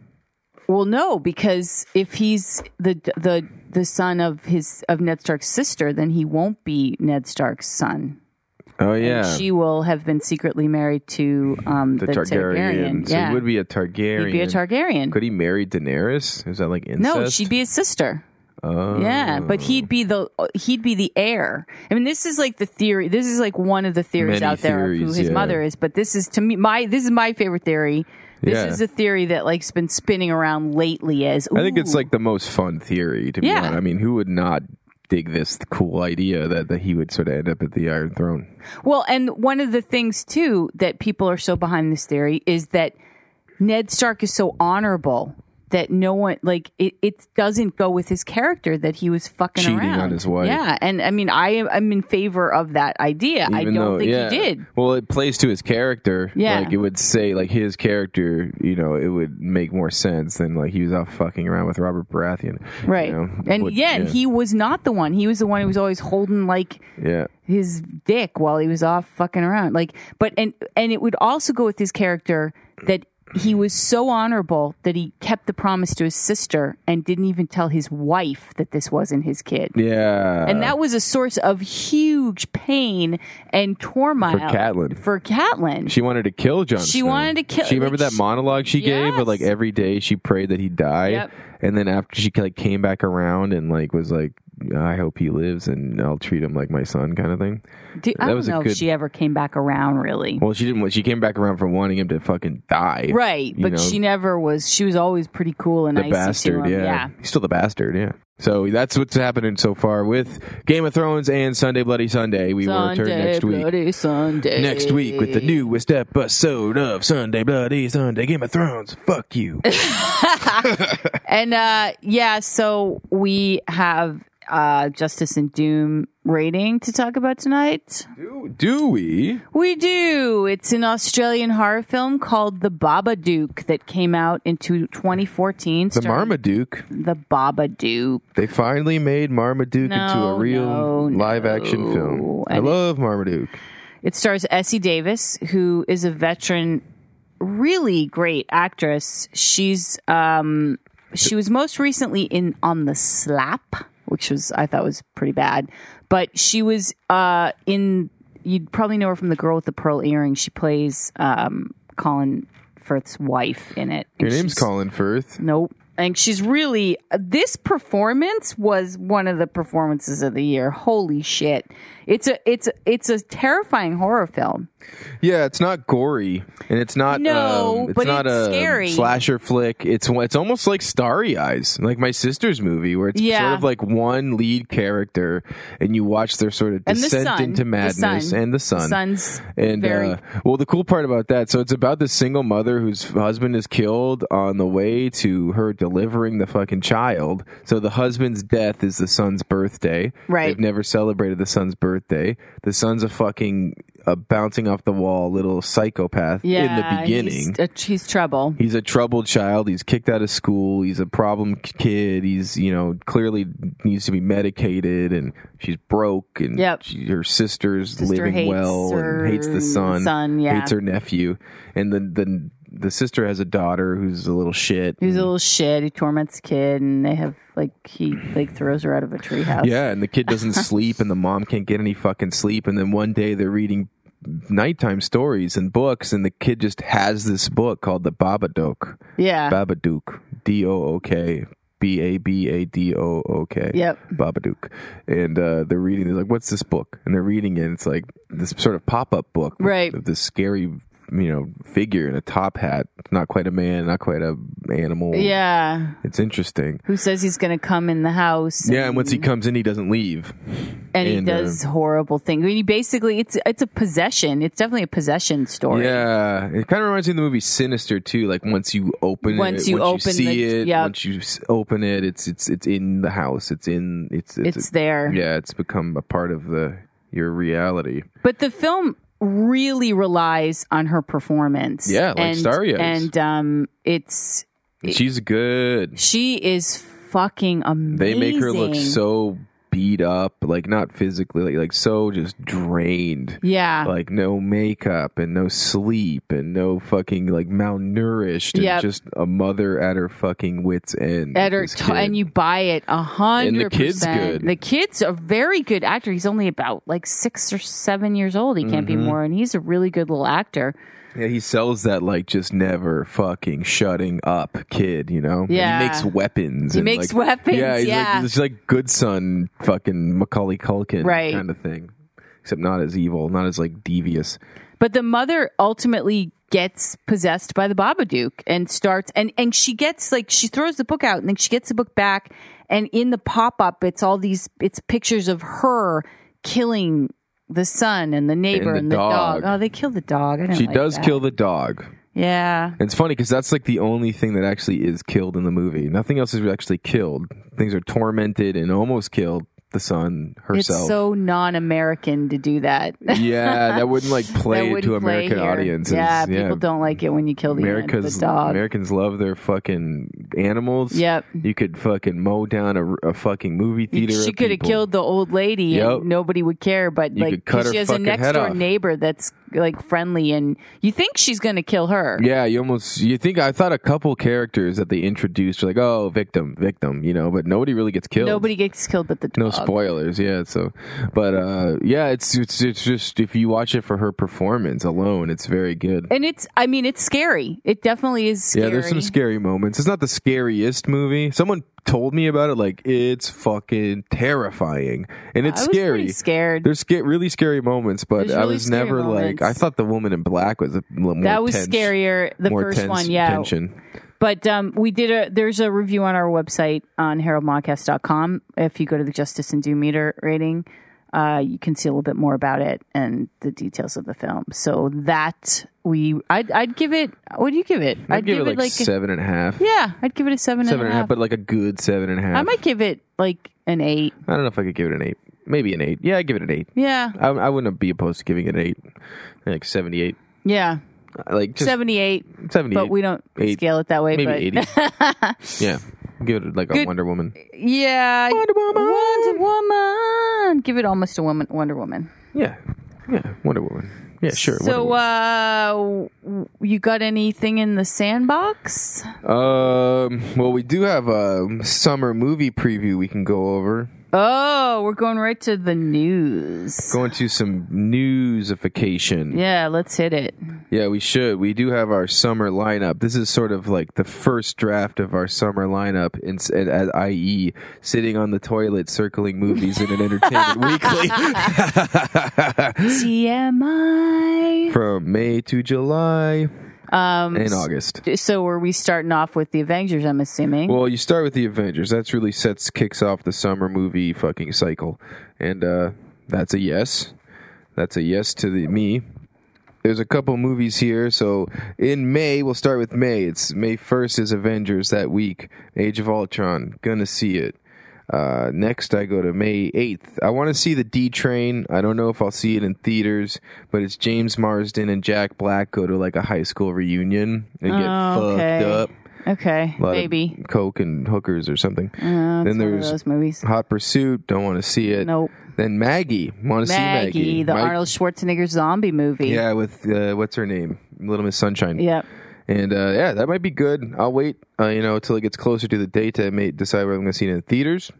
A: Well, no, because if he's the the the son of his of Ned Stark's sister, then he won't be Ned Stark's son.
B: Oh yeah,
A: She will have been secretly married to um, the,
B: the Targaryen.
A: Targaryen.
B: So
A: yeah,
B: he would be a Targaryen.
A: He'd be a Targaryen.
B: Could he marry Daenerys? Is that like incest?
A: no, she'd be his sister.
B: Oh.
A: Yeah, but he'd be the he'd be the heir. I mean, this is like the theory. This is like one of the theories
B: Many
A: out there of who
B: theories,
A: his
B: yeah.
A: mother is. But this is to me my this is my favorite theory. This
B: Yeah.
A: is a theory that like's been spinning around lately. As
B: I think it's
A: "Ooh,
B: like the most fun theory to be
A: Yeah.
B: honest. I mean, who would not dig this cool idea that, that he would sort of end up at the Iron Throne?
A: well, and one of the things too that people are so behind this theory is that Ned Stark is so honorable that no one like it, it doesn't go with his character that he was fucking
B: Cheating
A: around
B: on his wife.
A: Yeah, and I mean I am I'm in favor of that idea. I don't
B: Even though-
A: think
B: yeah.
A: he did.
B: Well, it plays to his character.
A: Yeah.
B: Like, it would say, like, his character, you know, it would make more sense than, like, he was out fucking around with Robert Baratheon. you
A: Right.
B: know?
A: and
B: Would-
A: yet he was not the one. He was the one who was always holding like
B: Yeah.
A: his dick while he was off fucking around. Like but and and it would also go with his character that he was so honorable that he kept the promise to his sister and didn't even tell his wife that this wasn't his kid.
B: Yeah.
A: And that was a source of huge pain and turmoil
B: Catelyn.
A: For Catelyn.
B: She wanted to kill Jon.
A: She
B: Snow.
A: wanted to kill-
B: She remember
A: like,
B: that monologue she gave, but like
A: Yes.
B: every day she prayed that he die,
A: Yep.
B: and then after she like came back around and like was like I hope he lives and I'll treat him like my son kind of thing.
A: Do,
B: That
A: I don't
B: was a
A: know if
B: good-
A: she ever came back around, really.
B: Well, she didn't. want- She came back around from wanting him to fucking die.
A: right,
B: you
A: but
B: know,
A: she never was. She was always pretty cool and
B: The
A: icy
B: bastard.
A: to him.
B: yeah. He's still the bastard. Yeah. So that's what's happening so far with Game of Thrones and Sunday Bloody Sunday. We will return
A: Sunday,
B: next week.
A: bloody Sunday.
B: Next week with the newest episode of Sunday Bloody Sunday Game of Thrones. Fuck you.
A: And uh, yeah, so we have uh, Justice and Doom rating to talk about tonight.
B: do, do we?
A: We do. It's an Australian horror film called The Babadook that came out in two- 2014.
B: The
A: starring
B: Marmaduke.
A: The Babadook.
B: They finally made Marmaduke into
A: No,
B: a real
A: no,
B: live
A: no.
B: action film. I
A: And it-
B: love Marmaduke.
A: It stars Essie Davis, who is a veteran, really great actress. She's um, she was most recently in on the Slap, which was I thought was pretty bad, but she was uh, in. You'd probably know her from the girl with the pearl earring. She plays um, Colin Firth's wife in it.
B: Your
A: And
B: name's
A: she's-
B: Colin Firth.
A: Nope. And she's really this performance was one of the performances of the year. Holy shit. It's a it's a, it's a terrifying horror film.
B: Yeah, it's not gory, and it's not
A: No,
B: um, it's
A: but
B: not
A: it's
B: a
A: scary.
B: slasher flick. It's it's almost like Starry Eyes, like my sister's movie, where it's
A: Yeah.
B: sort of like one lead character, and you watch their sort of
A: And the
B: descent
A: sun.
B: into
A: The
B: madness,
A: sun.
B: and the sun.
A: Sun's
B: And
A: very
B: uh, well, the cool part about that, so it's about this single mother whose husband is killed on the way to her delivering the fucking child. So the husband's death is the son's birthday.
A: Right.
B: They've never celebrated the son's birthday. The son's a fucking a bouncing off the wall little psychopath in the
A: yeah.
B: beginning.
A: He's, uh, he's trouble.
B: He's a troubled child. He's kicked out of school. He's a problem k- kid. He's, you know, clearly needs to be medicated and she's broke and
A: Yep.
B: she- her sister's
A: Sister
B: living
A: hates
B: well
A: her
B: and hates the son.
A: son, yeah.
B: Hates her nephew. And the, the the sister has a daughter who's a little shit.
A: He's a little shit. He torments the kid and they have like he like throws her out of a treehouse.
B: Yeah, and the kid doesn't sleep, and the mom can't get any fucking sleep. And then one day they're reading nighttime stories and books, and the kid just has this book called The Babadook.
A: Yeah.
B: Babadook. D O O K. B A B A D O O K.
A: Yep.
B: Babadook. And uh, they're reading, they're like, what's this book? And they're reading it. and It's like this sort of pop up book. with-
A: Right.
B: Of this scary, you know, figure in a top hat. Not quite a man, not quite a animal.
A: Yeah.
B: It's interesting.
A: Who says he's going to come in the house?
B: Yeah, and once he comes in, he doesn't leave.
A: and he
B: And, uh,
A: does horrible things. I mean, he basically it's it's a possession. It's definitely a possession story.
B: Yeah, it kind of reminds me of the movie Sinister too. Like once you open
A: Once
B: it,
A: you
B: once
A: open
B: you see
A: the-
B: it,
A: yep.
B: once you s- open it, it's it's it's in the house. It's in it's it's,
A: It's there.
B: yeah. It's become a part of the your reality.
A: But the film really relies on her performance.
B: Yeah, like
A: and,
B: Starry Eyes.
A: And um, it's
B: And She's good.
A: she is fucking amazing.
B: They make her look so beat up, like not physically, like, like so just drained.
A: yeah.
B: Like no makeup and no sleep and no fucking like malnourished and
A: Yep.
B: just a mother at her fucking wits end.
A: at her
B: this
A: to-
B: kid.
A: and you buy it a hundred
B: And the kid's
A: percent.
B: good.
A: The kid's a very good actor. He's only about like six or seven years old. He can't be
B: Mm-hmm.
A: more, and he's a really good little actor.
B: Yeah, he sells that like just never fucking shutting up kid, you know? And
A: Yeah.
B: he makes weapons.
A: He
B: and,
A: makes
B: like-
A: weapons,
B: Yeah, he's
A: yeah.
B: like it's like good son fucking Macaulay Culkin
A: Right.
B: kind of thing. Except not as evil, not as like devious.
A: But the mother ultimately gets possessed by the Babadook and starts and and she gets like she throws the book out and then she gets the book back and in the pop up it's all these it's pictures of her killing the son and the neighbor and,
B: the
A: the
B: dog.
A: dog. Oh, they killed the dog. I didn't
B: She
A: like
B: does
A: that.
B: kill the dog.
A: Yeah.
B: And it's funny because that's like the only thing that actually is killed in the movie. Nothing else is actually killed. Things are tormented and almost killed. The son herself.
A: It's so non-American to do that.
B: yeah, that wouldn't like
A: That
B: play
A: wouldn't
B: to
A: play
B: American
A: here.
B: audiences.
A: Yeah, people don't like it when you kill the,
B: America's
A: the dog.
B: Americans love their fucking animals.
A: Yep.
B: You could fucking mow down a, a fucking movie theater.
A: She
B: of
A: could have
B: people.
A: killed the old lady
B: Yep.
A: and nobody would care. But
B: You
A: like,
B: could cut
A: 'cause
B: her
A: she has a
B: fucking
A: next
B: head
A: door
B: off.
A: neighbor that's like friendly, and you think she's going to kill her.
B: Yeah, you almost you think I thought a couple characters that they introduced were like, oh, victim, victim, you know, but nobody really gets killed.
A: Nobody gets killed but the dog.
B: No spoilers, yeah. So, but uh, yeah, it's it's it's just if you watch it for her performance alone, it's very good.
A: and it's, I mean, it's scary. It definitely is scary.
B: Yeah, there's some scary moments. It's not the scariest movie. Someone told me about it, like it's fucking terrifying and it's
A: I was
B: scary.
A: pretty scared.
B: There's sca- really scary moments, but
A: There's
B: I
A: really
B: was
A: scary
B: never
A: moments.
B: like I thought the woman in black was a l- more
A: that was
B: tense-
A: scarier. The
B: more
A: first
B: tense
A: one, yeah.
B: tension.
A: But um, we did a. There's a review on our website on heraldmodcast.com. If you go to the Justice and Doom meter rating, uh, you can see a little bit more about it and the details of the film. So that we, I'd, I'd give it. What do you give it?
B: I'd, give, it like, seven and a half.
A: yeah, I'd give it a seven,
B: seven and a half,
A: But
B: but like a good seven and a half.
A: I might give it like an eight.
B: I don't know if I could give it an eight. Maybe an eight. Yeah, I give it an eight.
A: Yeah,
B: I, I wouldn't be opposed to giving it an eight, like seventy-eight,
A: yeah,
B: like just
A: seventy-eight.
B: seventy-eight.
A: But we don't
B: Eight.
A: scale it that way.
B: maybe
A: but
B: eighty. yeah, give it like a
A: Good-
B: Wonder Woman.
A: yeah,
B: Wonder Woman.
A: Wonder Woman. Give it almost a woman. Wonder Woman.
B: Yeah, yeah, Wonder Woman. Yeah, sure. Wonder
A: So,
B: Woman.
A: uh, w- you got anything in the sandbox?
B: um, well, we do have a summer movie preview we can go over.
A: Oh, we're going right to the news.
B: Going to some newsification.
A: Yeah, let's hit it.
B: Yeah, we should. We do have our summer lineup. This is sort of like the first draft of our summer lineup, in, in, at i.e., sitting on the toilet, circling movies in an entertainment weekly
A: TMI.
B: from May to July
A: Um,
B: and August.
A: so, are we starting off with the Avengers? I'm assuming.
B: Well, you start with the Avengers. That's really sets kicks off the summer movie fucking cycle, and uh, that's a yes. That's a yes to the me. There's a couple movies here, so in May we'll start with May. It's May first is Avengers that week. Age of Ultron, gonna see it. Uh, next, I go to May 8th. I want to see the D Train. I don't know if I'll see it in theaters, but it's James Marsden and Jack Black go to like a high school reunion and get
A: Oh, okay.
B: fucked up.
A: okay,
B: A lot of
A: maybe.
B: coke and hookers or something.
A: Uh,
B: then
A: then
B: there's-
A: there's those movies.
B: Hot Pursuit, don't want to see it.
A: Nope.
B: Then Maggie, want to see
A: Maggie,
B: Maggie?
A: the
B: Mike-
A: Arnold Schwarzenegger zombie movie.
B: Yeah, with uh, what's her name, Little Miss Sunshine.
A: Yep.
B: And uh, yeah, that might be good. I'll wait, uh, you know, till it gets closer to the date to may decide whether I'm going to see it in theaters.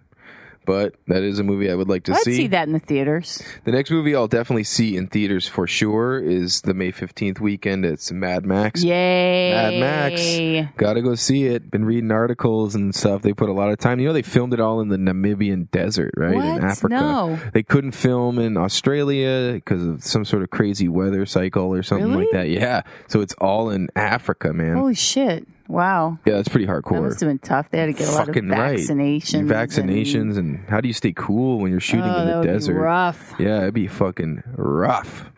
B: But that is a movie I would like to
A: I'd see that in the theaters.
B: The next movie I'll definitely see in theaters for sure is the May 15th weekend. It's Mad Max.
A: Yay.
B: Mad Max. Gotta go see it. Been reading articles and stuff. They put a lot of time. You know, they filmed it all in the Namibian desert, right?
A: What?
B: In Africa.
A: No.
B: They couldn't film in Australia because of some sort of crazy weather cycle or something
A: Really?
B: like that. Yeah. So it's all in Africa, man.
A: Holy shit. Wow.
B: yeah, that's pretty
A: That
B: hardcore.
A: must have been tough. They had to get a lot of
B: Fucking right.
A: vaccinations. and-
B: Vaccinations and, how do you stay cool when you're shooting
A: Oh,
B: in
A: that
B: the
A: would be
B: desert?
A: rough.
B: Yeah, it'd be fucking rough.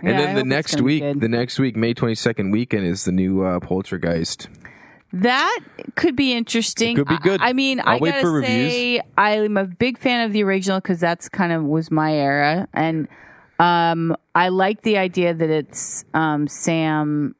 B: And
A: Yeah, I
B: then
A: hope
B: the
A: it's
B: next
A: gonna be
B: week,
A: good.
B: the next week, May 22nd weekend is the new uh, Poltergeist.
A: That could be interesting.
B: It could be good.
A: I, I mean,
B: I'll
A: i
B: wait
A: gotta
B: for reviews.
A: say, I'm a big fan of the original because that's kind of was my era, and um, I like the idea that it's um, Sam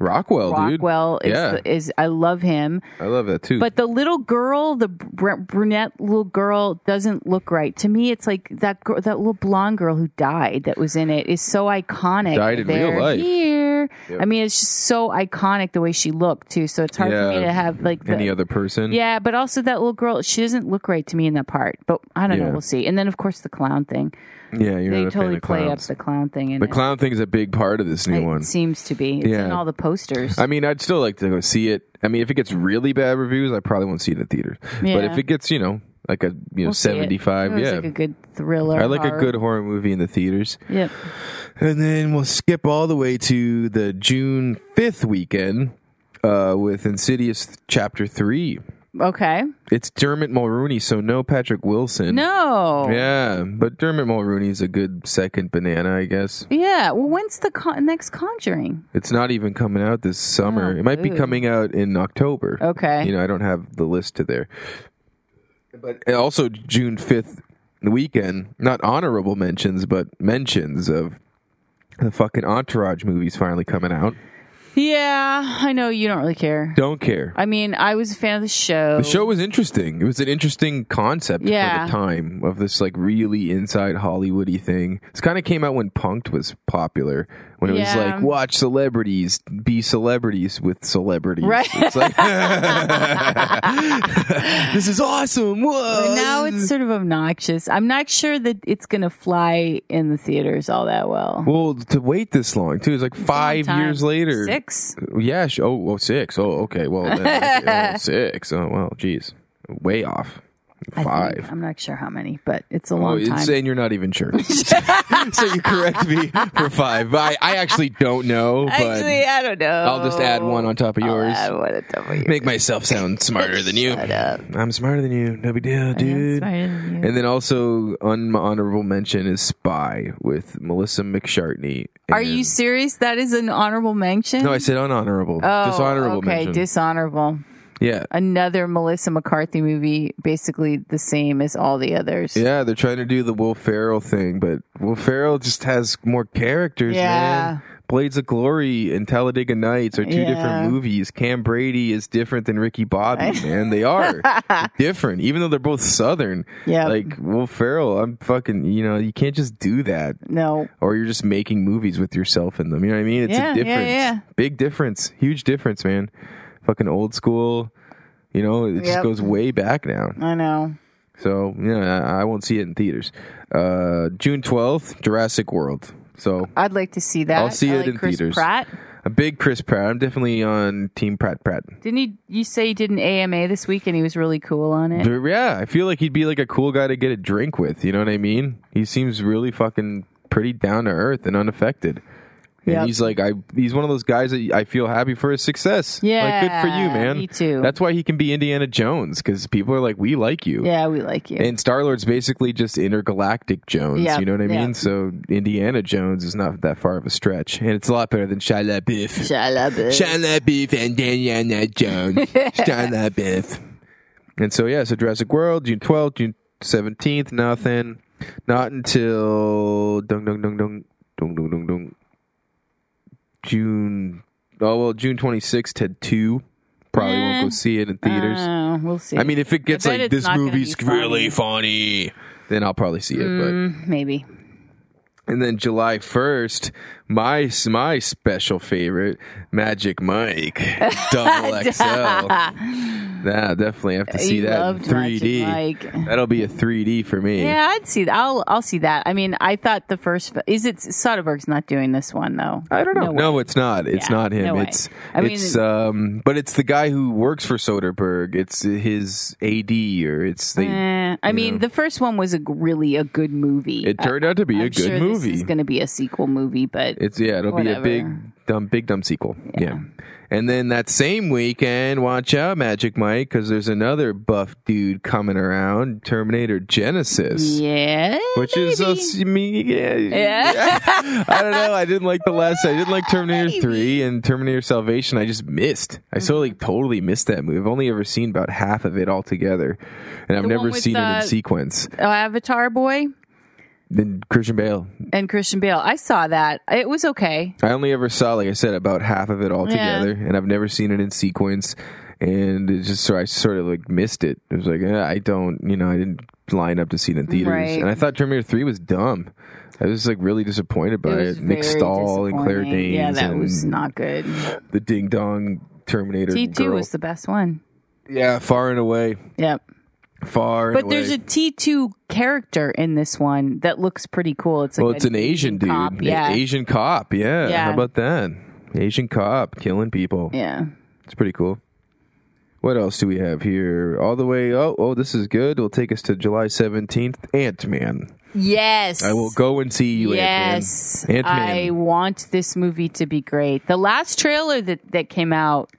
B: Rockwell, dude.
A: Rockwell. Is,
B: Yeah.
A: the- is I love him,
B: I love that too.
A: but the little girl, the br- brunette little girl, doesn't look right to me. It's like that girl, that little blonde girl who died that was in it is so iconic.
B: Died in real
A: They're
B: life.
A: Here,
B: Yep.
A: I mean, it's just so iconic the way she looked too. So it's hard for me
B: Yeah.
A: to have like the,
B: Any other person?
A: yeah, but also that little girl, she doesn't look right to me in that part. But I don't know,
B: Yeah.
A: we'll see. And then of course the clown thing.
B: yeah. You're
A: They
B: not a fan
A: totally
B: of
A: play up
B: clowns.
A: the clown thing in
B: The
A: it.
B: clown thing is a big part of this new
A: it
B: one.
A: seems to be. It's
B: Yeah.
A: in all the posters.
B: I mean, I'd still like to go see it. I mean, if it gets really bad reviews, I probably won't see it in theaters. But
A: Yeah.
B: if it gets, you know, like a you know
A: We'll see it.
B: 75,
A: It was
B: yeah.
A: like a good thriller.
B: I like
A: horror.
B: a good horror movie in the theaters.
A: Yep.
B: And then we'll skip all the way to the June 5th weekend uh, with Insidious Chapter 3.
A: Okay.
B: It's Dermot Mulrooney, so no Patrick Wilson.
A: No.
B: Yeah, but Dermot Mulrooney's a good second banana, I guess.
A: Yeah. Well, when's the con- next Conjuring?
B: It's not even coming out this summer.
A: Oh,
B: it might be
A: boo.
B: coming out in October.
A: Okay.
B: You know, I don't have the list to there. But and also June 5th the weekend, not honorable mentions, but mentions of the fucking Entourage movies finally coming out.
A: yeah. I know you don't really care.
B: Don't care.
A: I mean, I was a fan of the show.
B: The show was interesting. It was an interesting concept for
A: Yeah.
B: the time of this like really inside Hollywoody thing. This kind of came out when Punked was popular, when it was
A: Yeah.
B: like watch celebrities be celebrities with celebrities.
A: Right.
B: It's like this is awesome. Whoa.
A: But now it's sort of obnoxious. I'm not sure that it's going to fly in the theaters all that well.
B: well to wait this long too. It's like
A: It's a long
B: five
A: time.
B: years later.
A: Six.
B: Yeah. sh- Oh, oh, six. Oh, okay. Well, then, okay. Oh, six. Oh, well, geez. way off.
A: I
B: Five.
A: Think, I'm not sure how many, but it's a
B: Oh,
A: long time.
B: it's, and you're not even sure. so you correct me for five. But I, I actually don't know, but
A: Actually, I Oh, don't know.
B: I'll just add one on top of
A: I'll
B: yours.
A: add one on top of yours.
B: Make myself sound smarter than you.
A: Shut up.
B: I'm smarter than you. No big deal, dude. And then also on honorable mention is Spy with Melissa McShartney.
A: Are
B: and-
A: you serious? That is an honorable mention.
B: No, I said unhonorable.
A: Oh,
B: Dishonorable
A: okay,
B: mention.
A: dishonorable.
B: yeah.
A: Another Melissa McCarthy movie, basically the same as all the others.
B: Yeah, they're trying to do the Will Ferrell thing, but Will Ferrell just has more characters,
A: Yeah.
B: man. Blades of Glory and Talladega Nights are two
A: Yeah.
B: different movies. Cam Brady is different than Ricky Bobby, man. They are They're different, even though they're both Southern.
A: Yep.
B: Like Will Ferrell, I'm fucking, you know, you can't just do that,
A: No,
B: or you're just making movies with yourself in them. You know what I mean? It's
A: Yeah, yeah,
B: a difference,
A: yeah.
B: big difference, huge difference, man. Fucking old school. You know, it just
A: Yep.
B: goes way back now.
A: I know.
B: So yeah, I, I won't see it in theaters. Uh, June twelfth, Jurassic World. So
A: I'd like to see that.
B: I'll see
A: I
B: it
A: like
B: in
A: Chris
B: theaters.
A: Pratt.
B: a big Chris Pratt. I'm definitely on Team Pratt Pratt.
A: Didn't he? You say he did an AMA this week and he was really cool on it.
B: But yeah, I feel like he'd be like a cool guy to get a drink with. You know what I mean? He seems really fucking pretty down to earth and unaffected. And
A: Yep.
B: he's like, I he's one of those guys that I feel happy for his success.
A: Yeah,
B: like, good for you, man.
A: me too.
B: That's why he can be Indiana Jones because people are like, we like you.
A: yeah, we like you.
B: And Star Lord's basically just intergalactic Jones.
A: Yeah,
B: You know what I
A: yeah.
B: mean? So Indiana Jones is not that far of a stretch, and it's a lot better than Shia LaBeouf.
A: Shia LaBeouf.
B: Shia LaBeouf and Indiana Jones. Shia LaBeouf. And so yeah, so Jurassic World, June twelfth, June seventeenth, nothing. Not until dung dung dung dung dung dung dung dung. June. Oh well, June twenty sixth had two. Probably
A: Eh.
B: won't go see it in theaters.
A: Oh, we'll see.
B: I mean, if it gets
A: bet
B: like
A: it's
B: this
A: not gonna
B: movie's
A: be funny.
B: really funny, then I'll probably see it.
A: Mm, maybe.
B: But and then July first, my my special favorite, Magic Mike, double XL. Yeah, definitely have to see
A: You
B: that in
A: loved
B: 3D.
A: Magic Mike.
B: That'll be a 3D for me.
A: Yeah, I'd see that. I'll I'll see that. I mean, I thought the first is it Soderbergh's not doing this one though.
B: I don't know.
A: No
B: No,
A: way.
B: it's not. It's
A: Yeah,
B: not him.
A: no way.
B: it's
A: I mean-
B: it's um but it's the guy who works for Soderbergh. It's his AD or it's the
A: Eh, I mean, the first one was a g- really a good movie.
B: It turned out to be
A: I'm
B: a good
A: sure
B: movie.
A: This is going to be a sequel movie, but
B: It's yeah, it'll
A: Whatever.
B: be a big dumb big dumb sequel. Yeah. And then that same weekend, watch out, Magic Mike, because there's another buff dude coming around, Terminator Genesis.
A: yeah,
B: Which is a
A: maybe.
B: s- me. Yeah,
A: Yeah.
B: I don't know. I didn't like the last. I didn't like Terminator
A: Maybe.
B: Three and Terminator Salvation. I just missed. I so like
A: Mm-hmm.
B: totally missed that movie. I've only ever seen about half of it altogether, and I've
A: The one
B: never
A: with,
B: seen it
A: uh,
B: in sequence.
A: Oh, Avatar boy
B: Then Christian Bale.
A: and Christian Bale. I saw that. It was okay.
B: I only ever saw, like I said, about half of it all
A: Yeah.
B: together, and I've never seen it in sequence. And it just so I sort of like missed it. It was like eh, I don't, you know, I didn't line up to see it in theaters,
A: Right.
B: and I thought Terminator Three was dumb. I was like really disappointed by
A: It
B: it.
A: was
B: Nick
A: very
B: Stahl and Claire
A: disappointing.
B: Danes,
A: Yeah, that
B: and
A: was not good.
B: the Ding Dong Terminator
A: T two
B: girl.
A: was the best one.
B: yeah, far and away,
A: Yep.
B: far.
A: But
B: and
A: there's
B: away.
A: a T two character in this one that looks pretty cool. It's like
B: well,
A: a
B: it's an Asian dude,
A: cop, yeah.
B: Asian cop, yeah.
A: Yeah.
B: How about that? Asian cop killing people.
A: yeah.
B: It's pretty cool. What else do we have here? All the way. Oh, oh, this is good. Will take us to July seventeenth. Ant Man.
A: Yes.
B: I will go and see you.
A: Yes.
B: Ant
A: I
B: Man.
A: want this movie to be great. The last trailer that that came out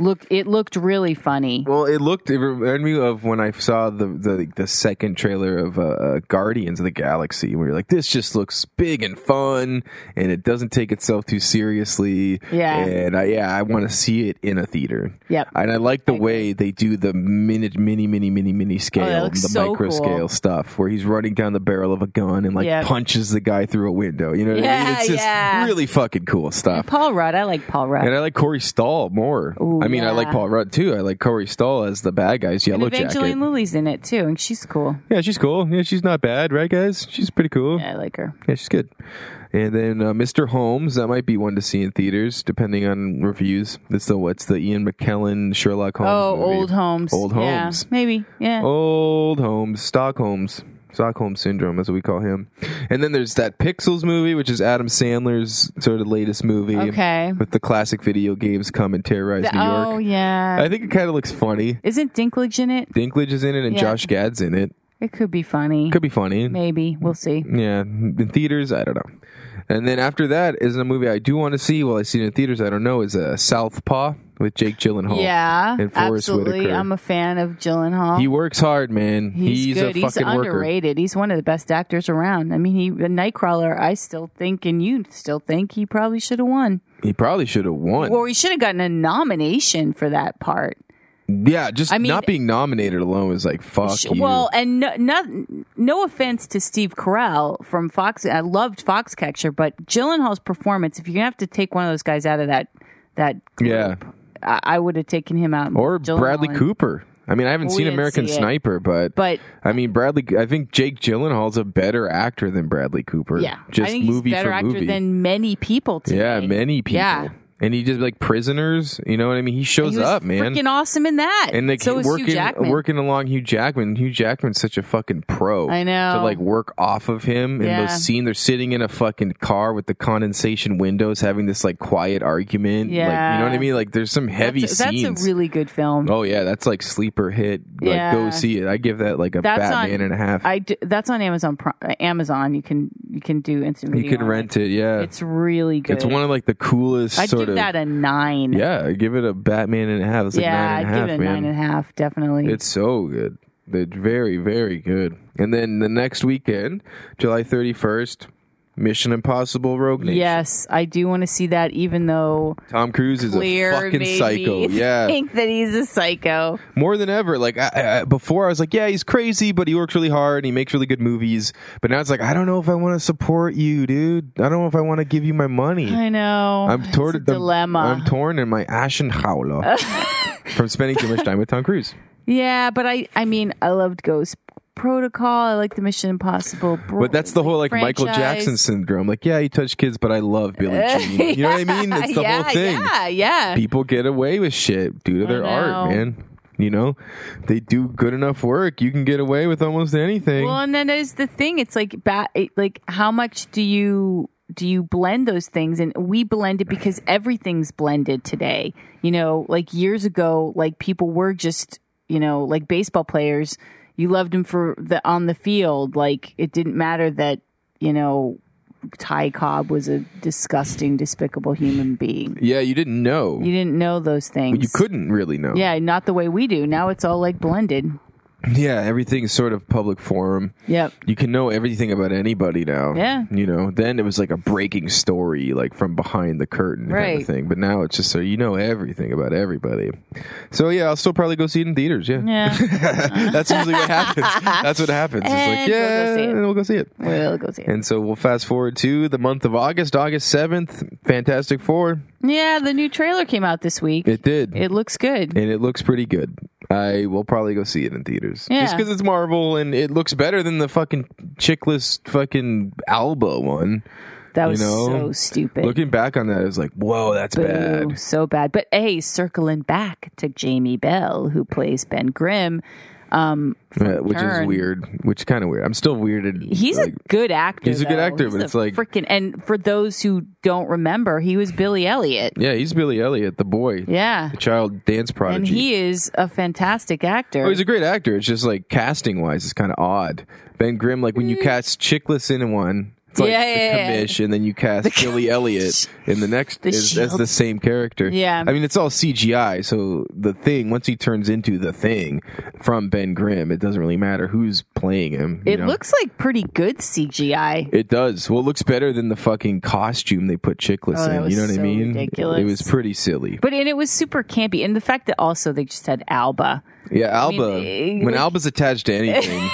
A: look it looked really funny.
B: Well, it looked. It reminded me of when I saw the the, the second trailer of uh, uh, Guardians of the Galaxy, where you're like, this just looks big and fun, and it doesn't take itself too seriously.
A: Yeah.
B: And I, yeah, I want to see it in a theater.
A: Yep.
B: And I like the way they do the mini, mini, mini, mini, mini scale,
A: Oh, that
B: the
A: looks so
B: micro
A: cool.
B: scale stuff, where he's running down the barrel of a gun and like
A: Yep.
B: punches the guy through a window. You know what I mean?
A: Yeah,
B: It's just
A: yeah.
B: really fucking cool stuff.
A: Paul Rudd, I like Paul Rudd.
B: And I like Corey Stahl more.
A: Ooh,
B: I mean, I
A: yeah.
B: like Paul Rudd too. I like Corey Stahl as the bad guy's
A: And
B: yellow jacket.
A: Evangeline Lily's in it too, and she's cool.
B: Yeah, she's cool. Yeah, she's not bad, right, guys? She's pretty cool.
A: Yeah, I like her.
B: Yeah, she's good. And then uh, Mr. Holmes, that might be one to see in theaters, depending on reviews. It's the what's the Ian McKellen Sherlock Holmes?
A: Oh,
B: movie.
A: old Holmes.
B: Old
A: Yeah,
B: Holmes.
A: maybe. Yeah.
B: Old Holmes, Stockholms. Stockholm syndrome, as we call him. And then there's that Pixels movie, which is Adam Sandler's sort of latest movie.
A: Okay.
B: With the classic video games come and terrorize
A: The-
B: New York.
A: oh yeah.
B: I think it kind of looks funny.
A: Isn't Dinklage in it?
B: Dinklage is in it and
A: Yeah.
B: Josh Gad's in it.
A: It could be funny.
B: Could be funny.
A: Maybe we'll see.
B: Yeah, in theaters, I don't know. And then after that is a movie I do want to see. Well, I see it in theaters, I don't know. Is uh, Southpaw with Jake Gyllenhaal.
A: Yeah,
B: and Forrest
A: absolutely.
B: Whitaker.
A: I'm a fan of Gyllenhaal.
B: he works hard, man.
A: He's,
B: He's,
A: good.
B: a
A: He's
B: fucking worker.
A: underrated. He's one of the best actors around. I mean, he Nightcrawler. I still think, and you still think, he probably should have won,
B: He probably should have won.
A: or he should have gotten a nomination for that part.
B: yeah, just
A: I mean-
B: not being nominated alone is like fuck you.
A: Well, and no, no, no offense to Steve Carell from Fox. I loved Foxcatcher, but Gyllenhaal's performance. If you're gonna have to take one of those guys out of that, that
B: yeah,
A: I, I would have taken him out. and
B: or
A: Gyllenhaal
B: Bradley
A: in.
B: Cooper. I mean, I haven't
A: Well, we
B: seen
A: didn't
B: American
A: see it.
B: Sniper, but
A: But
B: I mean, Bradley. I think Jake Gyllenhaal's a better actor than Bradley Cooper.
A: yeah,
B: just
A: I think
B: movie
A: he's better
B: for
A: actor
B: movie.
A: than many people. Today.
B: Yeah, many people.
A: Yeah.
B: And he just like prisoners, you know what I mean? He shows
A: he was
B: up, man.
A: Freaking awesome in that.
B: and like
A: so was
B: working
A: Hugh Jackman.
B: working along Hugh Jackman. Hugh Jackman's such a fucking pro.
A: I know.
B: To like work off of him in
A: Yeah.
B: those scenes. They're sitting in a fucking car with the condensation windows having this like quiet argument. Like you know what I
A: Yeah.
B: mean? Like there's some heavy
A: that's, a, that's a
B: scenes.
A: really good film.
B: oh yeah, that's like sleeper hit. Like go
A: Yeah.
B: see it. I give that like a
A: That's
B: Batman
A: on-
B: and a half.
A: I d- that's on Amazon. Pri- uh, Amazon, you can you can do instant.
B: you
A: video
B: can
A: on
B: rent it, yeah.
A: It.
B: It's,
A: It's really good.
B: one of like the coolest
A: I'd
B: sort of
A: give that a nine.
B: Yeah, I give it a Batman and a half. It's like
A: yeah,
B: nine
A: I'd
B: and a half,
A: give it a
B: man.
A: nine and a half. Definitely.
B: It's so good. They're very, very good. And then the next weekend, July 31st, Mission Impossible Rogue Nation.
A: yes, I do want to see that, even though
B: Tom Cruise is
A: Clear
B: a fucking
A: made
B: psycho.
A: me
B: Yeah.
A: think that he's a psycho.
B: More than ever. Like, I, I, I- before I was like, yeah, he's crazy, but he works really hard and he makes really good movies. But now it's like, I don't know if I want to support you, dude. I don't know if I want to give you my money.
A: I know.
B: I'm
A: It's
B: torn.
A: a
B: I'm-
A: dilemma.
B: I'm torn in my ashen howler from spending too much time with Tom Cruise.
A: yeah, but I I mean I loved Ghost Protocol. I like the Mission Impossible. Bro-
B: But that's the whole like Michael
A: franchise.
B: Jackson syndrome. Like, yeah, he touched kids, but I love Billie Jean. You know what I mean? It's the
A: yeah,
B: whole thing.
A: Yeah, yeah.
B: People get away with shit due to their
A: I
B: art,
A: know.
B: man. You know, they do good enough work. You can get away with almost anything.
A: Well, and then there's the thing. It's like ba- it, like how much do you do you blend those things? And we blend it because everything's blended today. You know, like years ago, like people were just you know like baseball players. You loved them for the on the field. Like it didn't matter that you know Ty Cobb was a disgusting, despicable human being.
B: yeah, you didn't know.
A: You didn't know those things.
B: You couldn't really know.
A: Yeah, not the way we do. Now it's all like blended.
B: Yeah, everything's sort of public forum.
A: Yep.
B: You can know everything about anybody now.
A: Yeah.
B: You know, then it was like a breaking story, like from behind the curtain kind
A: Right.
B: of thing. But now it's just so you know everything about everybody. So yeah, I'll still probably go see it in theaters. Yeah.
A: Yeah.
B: That's usually what happens. That's what happens. it's like,
A: And we'll go
B: yeah,
A: see it.
B: and we'll go see it.
A: we'll go see it.
B: And so we'll fast forward to the month of August, August 7th, Fantastic Four.
A: Yeah, the new trailer came out this week. It,
B: It did.
A: looks good.
B: and it looks pretty good. I will probably go see it in theaters.
A: Yeah.
B: Just because it's Marvel and it looks better than the fucking chickless fucking Alba one.
A: that was
B: know,
A: so stupid.
B: Looking back on that, I was like, whoa, that's
A: Boo,
B: bad.
A: So bad. But hey, circling back to Jamie Bell, who plays Ben Grimm. Um,
B: Uh, which is
A: Turn.
B: weird. Which kind of weird. I'm still weirded.
A: he's
B: like,
A: a good actor.
B: He's a good
A: though.
B: actor,
A: He's
B: but
A: a
B: it's like-
A: freaking. And for those who don't remember, he was Billy Elliot.
B: yeah, he's Billy Elliot, the boy,
A: Yeah,
B: the child dance prodigy.
A: and he is a fantastic actor.
B: Oh, he's a great actor. It's just like casting wise, it's kind of odd. Ben Grimm, like when you cast Chickless in one, it's like
A: Mm. Yeah,
B: the
A: yeah, yeah.
B: commish, and then you cast Billy Elliot in the next
A: The
B: as, as
A: shield.
B: the same character.
A: Yeah.
B: I mean it's all CGI. So the thing once he turns into the thing from Ben Grimm, it doesn't really matter who's playing him. you
A: it
B: know?
A: looks like pretty good CGI.
B: It does. Well, it looks better than the fucking costume they put Chickless
A: Oh, that
B: in.
A: was
B: you know what I
A: so
B: mean?
A: ridiculous.
B: It was pretty silly.
A: But and it was super campy, and the fact that also they just had Alba.
B: Yeah, Alba.
A: eh,
B: when Alba's attached to anything,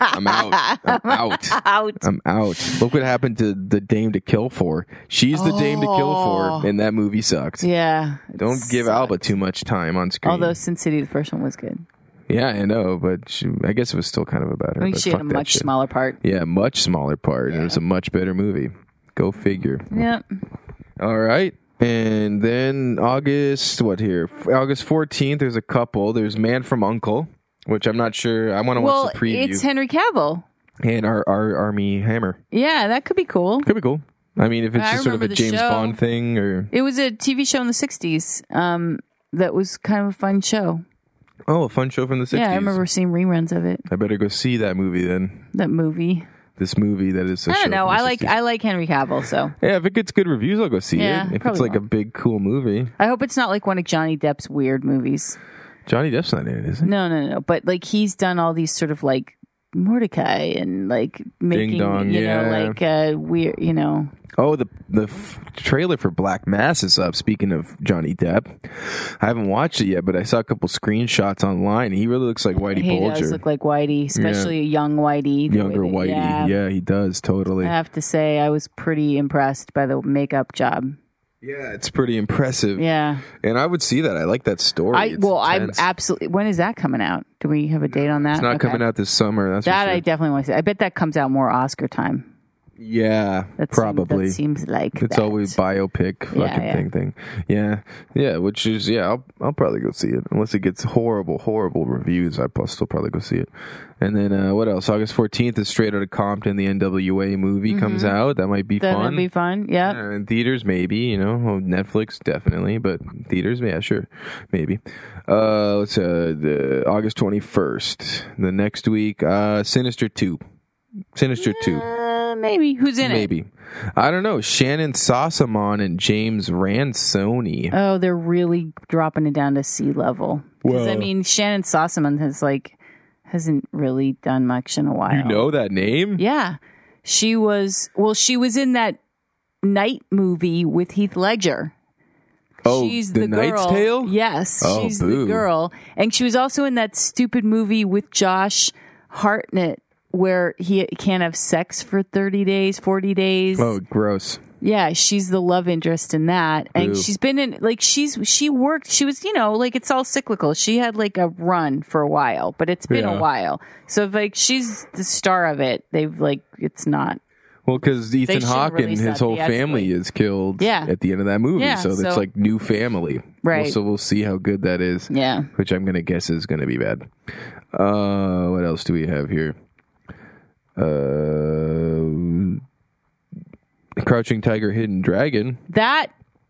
B: I'm out. I'm out.
A: Out.
B: I'm out. Look what happened to the Dame to Kill For. She's the Dame to Kill
A: Oh.
B: For, and that movie sucks.
A: Yeah.
B: Don't give Alba too much time on screen.
A: Although Sin City, the first one was good.
B: yeah, I know, but she, I guess it was still kind of about her.
A: I mean,
B: but
A: she had
B: fuck
A: a
B: that
A: much
B: shit.
A: smaller part.
B: Yeah, much smaller part. and It was a much better movie. Go figure.
A: Yeah.
B: All right. And then August, what here? F- August 14th, there's a couple. There's Man from Uncle, which I'm not sure. I want to
A: Well,
B: watch the preview.
A: it's Henry Cavill.
B: and our, our army hammer.
A: Yeah, that could be cool.
B: Could be cool. I mean, if it's
A: I
B: just sort of a
A: remember the
B: James
A: show.
B: Bond thing, or
A: It was a TV show in the 60s um, that was kind of a fun show.
B: oh, a fun show from the sixties.
A: Yeah, I remember seeing reruns of it,
B: I better go see that movie then.
A: that movie.
B: This movie that is. I
A: I don't know. I like I like Henry Cavill, so
B: Yeah, if it gets good reviews, I'll go see
A: Yeah,
B: it. If it's
A: probably
B: like a big cool movie,
A: I hope it's not like one of Johnny Depp's weird movies.
B: Johnny Depp's not in it, is he?
A: No, no, no. But like he's done all these sort of like Mordecai and like making
B: dong,
A: you
B: yeah.
A: know like uh, weird, you know.
B: Oh, the the f- trailer for Black Mass is up. Speaking of Johnny Depp, I haven't watched it yet, but I saw a couple screenshots online. He really looks like Whitey
A: He
B: Bulger,
A: does look like Whitey, especially a young Whitey. the
B: younger
A: way
B: Whitey.
A: that-
B: Yeah. he does totally.
A: I have to say, I was pretty impressed by the makeup job.
B: Yeah, it's pretty impressive.
A: Yeah,
B: And I would see that. I like that story.
A: I
B: It's
A: well, I'm
B: intense.
A: absolutely. When is that coming out? Do we have a date on that?
B: It's not coming out this summer. That's
A: That
B: for sure.
A: I definitely want to see. I bet that comes out more Oscar time.
B: yeah,
A: That seem-
B: probably.
A: that seems like
B: it's
A: that.
B: always biopic fucking
A: yeah.
B: thing thing. Yeah, yeah. Which is yeah. I'll I'll probably go see it unless it gets horrible horrible reviews. I will still probably go see it. And then uh, what else? August fourteenth is Straight Outta Compton. The NWA movie comes out. That might be
A: that'd
B: fun.
A: Mm-hmm. be fun. Yep.
B: Uh, in theaters, maybe you know well, Netflix, definitely, but theaters, yeah, sure, maybe. Uh, let's uh, the August twenty first, the next week. Uh, Sinister two, Sinister two,
A: Uh, maybe who's in it?
B: maybe. I don't know. Shannon Sossamon and James Ransoni.
A: Oh, they're really dropping it down to sea level. Because I
B: Well-
A: mean, Shannon Sossaman has like hasn't really done much in a while.
B: you know that name?
A: Yeah, she was. Well, she was in that night movie with Heath Ledger.
B: oh,
A: she's
B: the,
A: the,
B: Knight's
A: girl.
B: Tale.
A: Yes,
B: Oh,
A: she's
B: boo.
A: the girl, and she was also in that stupid movie with Josh Hartnett where he can't have sex for 30 days 40 days
B: Oh, gross.
A: yeah, she's the love interest in that. And
B: Boo.
A: she's been in like she's she worked, she was, you know, like it's all cyclical. She had like a run for a while, but it's been
B: Yeah.
A: a while. So if, like she's the star of it. They've like it's not.
B: Well, because Ethan
A: should've
B: Hawke and
A: released
B: his
A: that
B: whole family
A: theatrically.
B: is killed
A: Yeah.
B: at the end of that movie,
A: Yeah,
B: so that's
A: so-
B: like new family.
A: Right.
B: So we'll see how good that is.
A: Yeah.
B: which I'm gonna guess is gonna be bad. Uh, what else do we have here? Uh, Crouching Tiger, Hidden Dragon,
A: That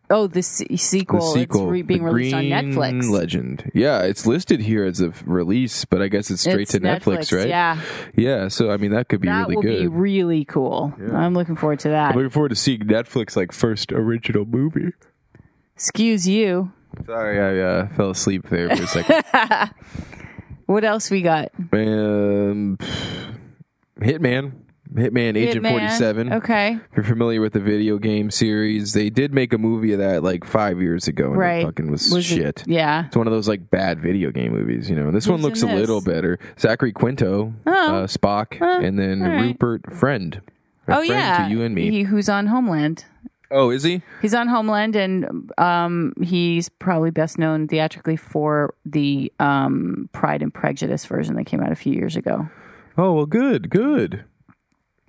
A: oh, the se-
B: the
A: sequel,
B: sequel,
A: it's re- being
B: The
A: released on
B: Green
A: Netflix.
B: Legend. Yeah, it's listed here as a f- release, but I guess it's straight
A: It's
B: to Netflix, right?
A: Yeah.
B: Yeah, So I mean, that could be
A: That
B: really
A: will
B: good.
A: be really cool. I'm looking forward to that.
B: I'm looking forward to seeing Netflix like first original movie.
A: Excuse you.
B: Sorry, I uh, fell asleep there for a second.
A: What else we got?
B: um, Hitman, Hitman, Agent
A: Hitman.
B: Forty Seven.
A: Okay.
B: If you're familiar with the video game series, they did make a movie of that like five years ago, and
A: Right.
B: it fucking was,
A: Was it-
B: shit.
A: Yeah.
B: It's one of those like bad video game movies, you know. This one
A: Who's
B: looks a
A: in this?
B: little better. Zachary Quinto, uh, Spock, and then
A: Oh. all right.
B: Rupert Friend. A
A: Oh
B: friend
A: yeah.
B: to you and me.
A: He, who's on Homeland.
B: oh, is he?
A: He's on Homeland, and um, he's probably best known theatrically for the um, Pride and Prejudice version that came out a few years ago.
B: Oh well, good, good.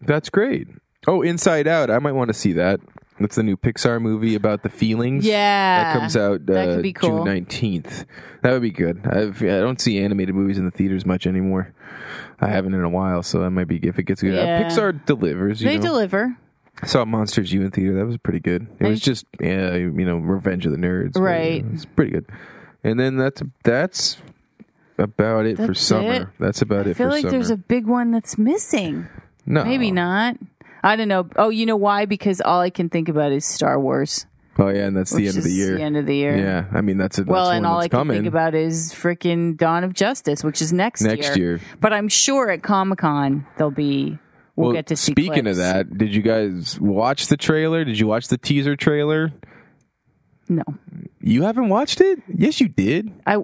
B: That's great. Oh, Inside Out. I might want to see that. That's the new Pixar movie about the feelings.
A: Yeah,
B: That comes out uh,
A: That could be
B: June
A: cool.
B: nineteenth. That would be good. I've, I don't see animated movies in the theaters much anymore. I haven't in a while, so that might be if it gets good. Uh,
A: Yeah.
B: Pixar delivers. You
A: They
B: know?
A: deliver,
B: Saw Monsters U in theater. That was pretty good. It was just yeah, you know, Revenge of the Nerds. but,
A: Right.
B: you know, it's pretty good. And then that's that's about it for
A: That's
B: summer.
A: it?
B: That's about
A: I
B: it
A: feel
B: for
A: like
B: summer. Oh.
A: there's a big one that's missing.
B: no,
A: Maybe not. I don't know. Oh, you know why? Because all I can think about is Star Wars.
B: Oh yeah, and that's the
A: which
B: end of the
A: is
B: year.
A: The end of the year.
B: Yeah, I mean that's a,
A: Well,
B: that's
A: and
B: one
A: all
B: that's
A: I can
B: coming
A: think about is freaking Dawn of Justice, which is next year.
B: next year.
A: But I'm sure at Comic Con there'll be. We'll,
B: well,
A: get to see
B: speaking of
A: clips.
B: that, did you guys watch the trailer? Did you watch the teaser trailer?
A: No.
B: You haven't watched it? Yes, you did.
A: I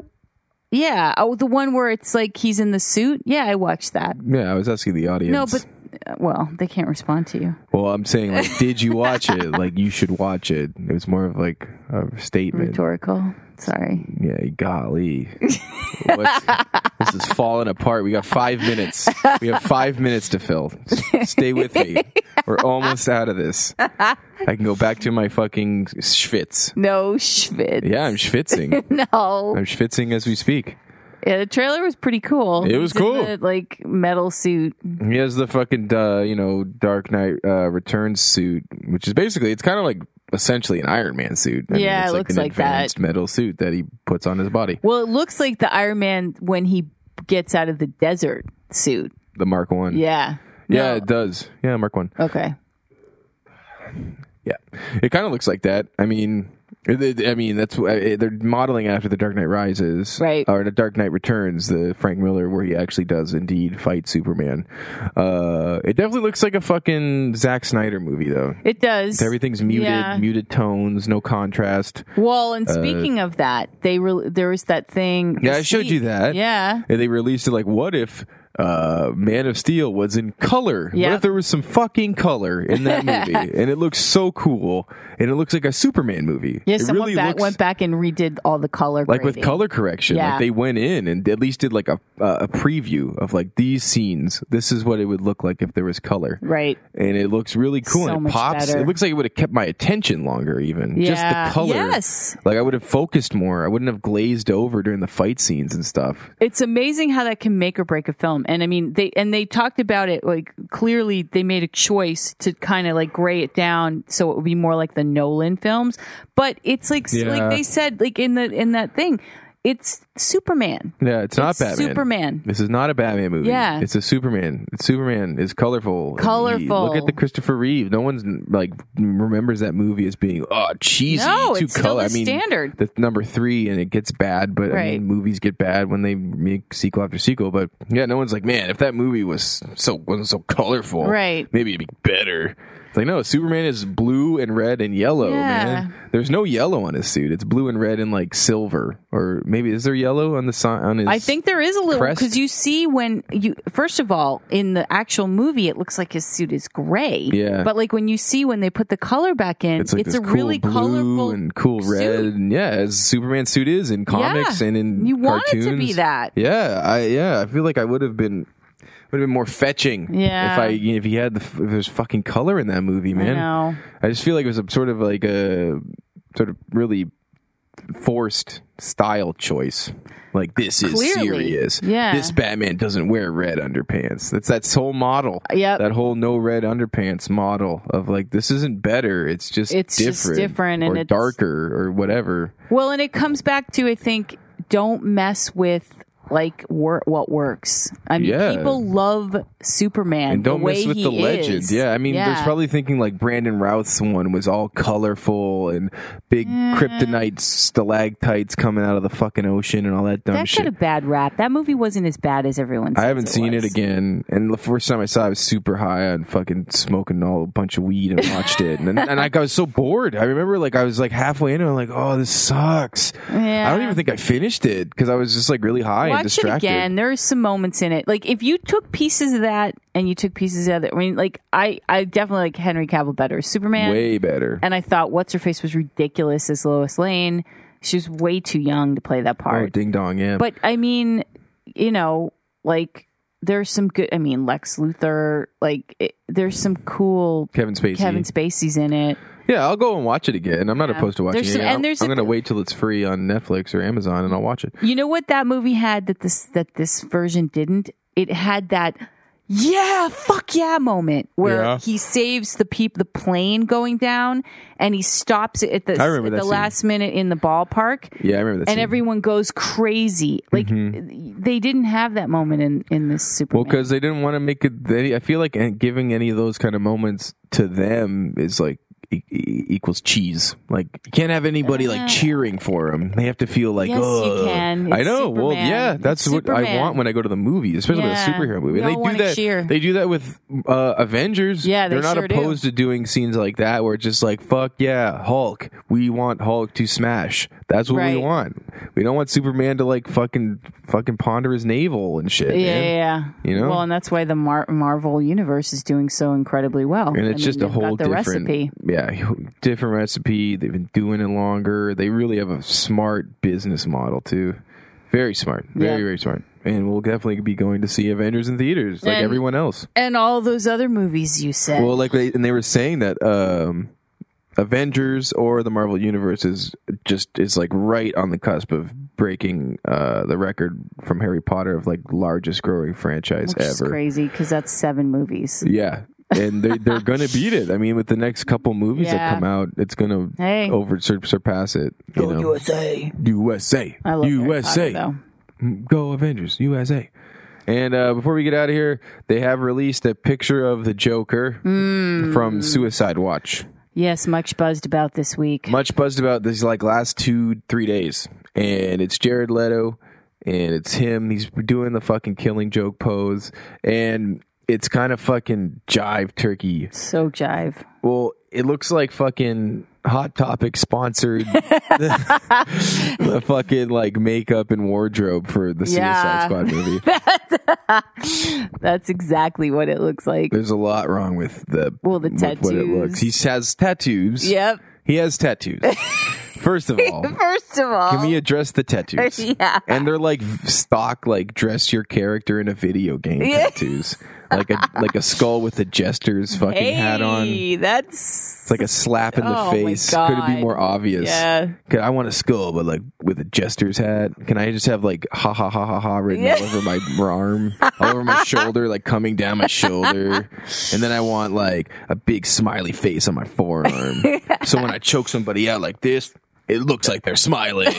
A: yeah, oh the one where it's like he's in the suit. Yeah, I watched that.
B: Yeah, I was asking the audience.
A: No, but uh, well, they can't respond to you.
B: well, I'm saying like, did you watch it? Like, you should watch it. It was more of like a statement.
A: Rhetorical. Sorry.
B: Yeah, golly, What's, this is falling apart. We got five minutes. We have five minutes to fill. S- Stay with me. We're almost out of this. I can go back to my fucking schwitz.
A: No Schmidt.
B: Yeah, I'm schwitzing.
A: No.
B: I'm schwitzing as we speak.
A: Yeah, the trailer was pretty cool.
B: It was
A: He's in
B: cool.
A: the, like metal suit.
B: He has the fucking uh, you know Dark Knight uh, Returns suit, which is basically it's kind of like essentially an Iron Man suit.
A: Yeah,
B: it's
A: it looks like that.
B: advanced metal suit that he puts on his body.
A: Well, it looks like the Iron Man when he gets out of the desert suit.
B: The Mark One.
A: Yeah.
B: yeah,
A: No.
B: it does. Yeah, Mark One.
A: Okay.
B: Yeah, it kind of looks like that. I mean, it- it- I mean that's wh- eh, they're modeling after the Dark Knight Rises,
A: Right.
B: Or the Dark Knight Returns, the Frank Miller where he actually does indeed fight Superman. Uh, it definitely looks like a fucking Zack Snyder movie though.
A: It does.
B: Everything's muted,
A: Yeah.
B: muted tones, no contrast.
A: Well, and speaking of that, they re- there was that thing.
B: Uh, Yeah,
A: the
B: I showed
A: seat-
B: you that.
A: Yeah.
B: And they released it like, what if uh, Man of Steel was in color? What
A: Yep.
B: if there was some fucking color in that movie? and it looks so cool. And it looks like a Superman movie.
A: Yeah,
B: it
A: someone
B: really
A: back,
B: looks
A: went back and redid all the color.
B: like with
A: grading.
B: color correction.
A: Yeah.
B: Like they went in and at least did like a, uh, a preview of like these scenes. This is what it would look like if there was color.
A: Right.
B: And it looks really cool
A: So
B: and it
A: much
B: pops.
A: better.
B: It looks like it would have kept my attention longer, even. Just
A: Yeah.
B: the color.
A: Yes.
B: Like I would have focused more. I wouldn't have glazed over during the fight scenes and stuff.
A: It's amazing how that can make or break a film. And I mean, they and they talked about it like clearly they made a choice to kind of like gray it down so it would be more like the Nolan films. But it's like
B: Yeah.
A: like they said like in the in that thing, it's Superman.
B: Yeah, it's not
A: It's
B: Batman.
A: Superman.
B: This is not a Batman movie.
A: Yeah.
B: it's a Superman. It's Superman is colorful. And he-
A: Colorful.
B: Look at the Christopher Reeve. No one's like remembers that movie as being oh cheesy,
A: No,
B: too
A: it's still
B: color.
A: the
B: I mean,
A: standard.
B: That's number three, and it gets bad. But I
A: Right.
B: mean, movies get bad when they make sequel after sequel. But yeah, no one's like, man, if that movie was so wasn't so colorful,
A: Right.
B: Maybe it'd be better. It's like no, Superman is blue and red and yellow.
A: Yeah.
B: Man, there's no yellow on his suit. It's blue and red and like silver, or maybe is there yellow on the si- on his?
A: I think there is a little
B: crest?
A: because you see when you first of all in the actual movie it looks like his suit is gray.
B: Yeah.
A: But like when you see when they put the color back in, it's,
B: It's like this
A: a
B: cool
A: really
B: blue
A: colorful
B: and cool red,
A: suit.
B: and yeah, as Superman suit is in comics and in
A: you want
B: cartoons.
A: it to be that.
B: Yeah, I yeah, I feel like I would have been would have been more fetching.
A: Yeah.
B: if I if he had the if there's fucking color in that movie,
A: I
B: man.
A: know.
B: I just feel like it was a sort of like a sort of really forced style choice. Like this is
A: Clearly.
B: serious.
A: Yeah.
B: This Batman doesn't wear red underpants. That's that whole model.
A: Yep.
B: That whole no red underpants model of like this isn't better. It's just
A: It's
B: different.
A: just different and
B: or
A: it's-
B: darker or whatever.
A: Well, and it comes back to I think don't mess with like wor- what works. I mean,
B: Yeah.
A: people love Superman.
B: And don't
A: the way
B: mess with
A: he
B: the
A: is.
B: legend. Yeah, I mean, there's probably thinking like Brandon Routh's one was all colorful and big
A: Mm-hmm.
B: kryptonite stalactites coming out of the fucking ocean and all that dumb
A: that
B: shit.
A: got a bad rap. That movie wasn't as bad as everyone. Says
B: I haven't seen
A: was.
B: it again. And the first time I saw it, I was super high on fucking smoking all a bunch of weed and watched it. And, and like, I was so bored. I remember like I was like halfway in and I'm like, oh, this sucks.
A: Yeah.
B: I don't even think I finished it because I was just like really high and
A: Watch it
B: distracted.
A: again. There are some moments in it. Like if you took pieces of that and you took pieces of that. I mean, like I, I definitely like Henry Cavill better as Superman.
B: Way better.
A: And I thought what's her face was ridiculous as Lois Lane. She was way too young to play that
B: Oh,
A: part.
B: ding dong, yeah.
A: but I mean, you know, like there's some good. I mean, Lex Luthor. Like it, there's some cool
B: Kevin Spacey.
A: Kevin Spacey's in it.
B: yeah, I'll go and watch it again. I'm not opposed to watching
A: There's
B: it.
A: some-
B: again.
A: and there's
B: I'm
A: a-
B: going to wait till it's free on Netflix or Amazon and I'll watch it.
A: You know what that movie had that this that this version didn't? It had that yeah, fuck yeah moment where
B: Yeah.
A: he saves the peep the plane going down and he stops it at the
B: I remember
A: at
B: that
A: the
B: scene.
A: last minute in the ballpark
B: Yeah, I remember that.
A: and
B: scene. Mm-hmm.
A: everyone goes crazy. Like they didn't have that moment in in this
B: Well,
A: Superman.
B: because they didn't want to make it. They, I feel like eh, giving any of those kind of moments to them is like e- e- equals cheese. Like you can't have anybody like cheering for them. They have to feel like,
A: Yes, you
B: oh,
A: can.
B: I
A: It's
B: know. Well,
A: Superman.
B: yeah, that's
A: It's
B: what I
A: Superman.
B: want when I go to the movies, especially with
A: Yeah.
B: a superhero movie.
A: We
B: And
A: all
B: they do
A: wanna
B: that.
A: cheer.
B: They do that with uh, Avengers.
A: Yeah, they
B: are not
A: sure do.
B: opposed to doing scenes like that where it's just like, fuck yeah, Hulk. We want Hulk to smash. That's what
A: Right.
B: we want. We don't want Superman to like fucking fucking ponder his navel and shit.
A: yeah,
B: man.
A: yeah, yeah.
B: You know?
A: Well, and that's why the Mar- Marvel universe is doing so incredibly well.
B: and
A: I
B: it's
A: mean,
B: just a
A: they've got
B: whole
A: the
B: different
A: recipe.
B: yeah different recipe they've been doing it longer they really have a smart business model too very smart very
A: Yeah.
B: very smart and we'll definitely be going to see avengers in theaters like
A: And-
B: everyone else
A: And all those other movies you said.
B: well like they and they were saying that um Avengers or the Marvel Universe is just is like right on the cusp of breaking uh, the record from Harry Potter of like largest growing franchise
A: Which is
B: ever.
A: crazy because that's seven movies.
B: Yeah. And they, they're going to beat it. I mean, with the next couple movies
A: Yeah.
B: that come out, it's going to
A: Hey.
B: over sur- surpass it. You know?
A: USA.
B: USA.
A: I love USA.
B: USA. Mm, Go Avengers. USA. And uh, before we get out of here, they have released a picture of the Joker
A: Mm.
B: from Suicide Watch.
A: Yes, much buzzed about this week.
B: Much buzzed about this like last two, three days. And it's Jared Leto and it's him. He's doing the fucking killing joke pose. And it's kind of fucking jive turkey
A: so jive.
B: Well, it looks like fucking Hot Topic sponsored the, fucking like makeup and wardrobe for the Suicide
A: Yeah.
B: Squad movie.
A: That's exactly what it looks like.
B: There's a lot wrong with the
A: Well, the
B: with What it looks. He
A: tattoos.
B: has tattoos.
A: Yep.
B: He has tattoos. First of all,
A: First of all,
B: can we address the tattoos?
A: Yeah.
B: And they're like v- stock, like dress your character in a video game
A: Yeah.
B: tattoos, like a like a skull with a jester's fucking
A: hey,
B: hat on.
A: that's
B: It's like a slap in the
A: Oh, my
B: face. Could it
A: God.
B: be more obvious?
A: yeah.
B: Could I want a skull, but like with a jester's hat? Can I just have like ha ha ha ha ha written all
A: Yeah.
B: over my arm, all over my shoulder, like coming down my shoulder? And then I want like a big smiley face on my forearm. so when I choke somebody out like this, it looks like they're smiling.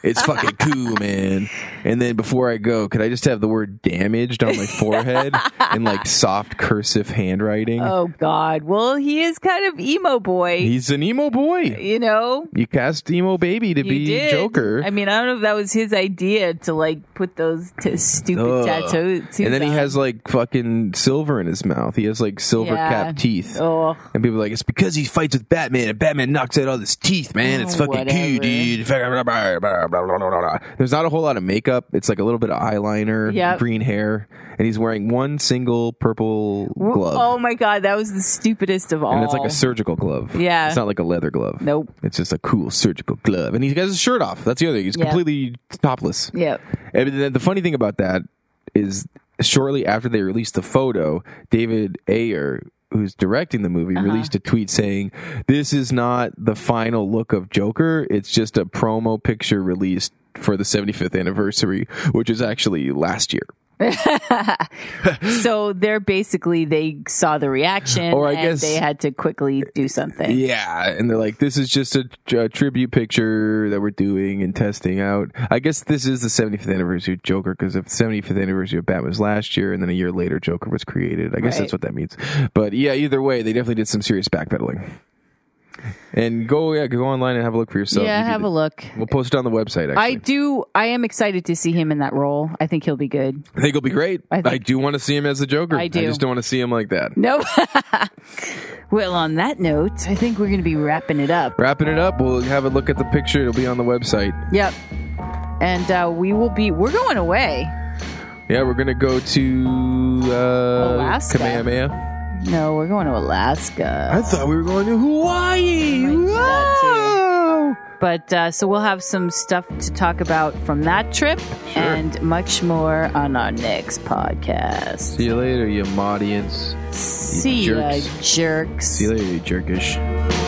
B: It's fucking cool, man. And then before I go, could I just have the word damaged on my forehead in like soft cursive handwriting?
A: Oh God. Well, he is kind of emo boy.
B: He's an emo boy.
A: you know,
B: You cast emo baby to
A: Oh, you
B: be
A: did.
B: Joker.
A: I mean, I don't know if that was his idea to like put those t- stupid
B: Ugh.
A: tattoos.
B: and then he
A: on.
B: has like fucking silver in his mouth. He has like silver
A: Yeah.
B: capped teeth.
A: Oh,
B: And people are like, it's because he fights with Batman and Batman knocks out all his teeth, man. It's
A: Oh,
B: fucking
A: whatever.
B: cute, dude. There's not a whole lot of makeup. It's like a little bit of eyeliner,
A: Yep.
B: green hair, and he's wearing one single purple glove.
A: oh my God, that was the stupidest of all.
B: and it's like a surgical glove.
A: oh, Yeah.
B: It's not like a leather glove.
A: nope.
B: It's just a cool surgical glove. And he has his shirt off. That's the other thing. He's
A: Yeah.
B: completely topless.
A: Yep.
B: And the, the funny thing about that is, shortly after they released the photo, David Ayer, who's directing the movie, released a tweet saying, "This is not the final look of Joker. It's just a promo picture released." For the 75th anniversary, which is actually last year,
A: So they're basically they saw the reaction,
B: Or I
A: and
B: guess-
A: they had to quickly do something.
B: yeah, and they're like, "This is just a, a tribute picture that we're doing and testing out." I guess this is the 75th anniversary of Joker because if the 75th anniversary of Batman was last year, and then a year later Joker was created, I guess
A: Right.
B: that's what that means. But yeah, either way, they definitely did some serious backpedaling. And go, yeah, go online and have a look for yourself.
A: yeah,
B: You do
A: have
B: the-
A: a look.
B: We'll post it on the website.
A: I
B: Actually,
A: do. I am excited to see him in that role. I think he'll be good.
B: I, think it'll be great.
A: I
B: I,
A: think-
B: do want to see him as the Joker.
A: I do.
B: just don't want to see him like that.
A: No. well, on that note, I think we're going to be wrapping it up.
B: Wrapping it up, we'll have a look at the picture. It'll be on the website.
A: Yep. And uh, we will be. We're going away.
B: Yeah, we're gonna go to uh,
A: Alaska.
B: Kamehameha.
A: No, we're going to Alaska.
B: I thought we were going to Hawaii.
A: We might do that,
B: Wow.
A: But uh, so we'll have some stuff to talk about from that trip
B: Sure.
A: and much more on our next podcast.
B: See you later, you audience.
A: See ya,
B: jerks.
A: jerks.
B: See you later, you jerkish.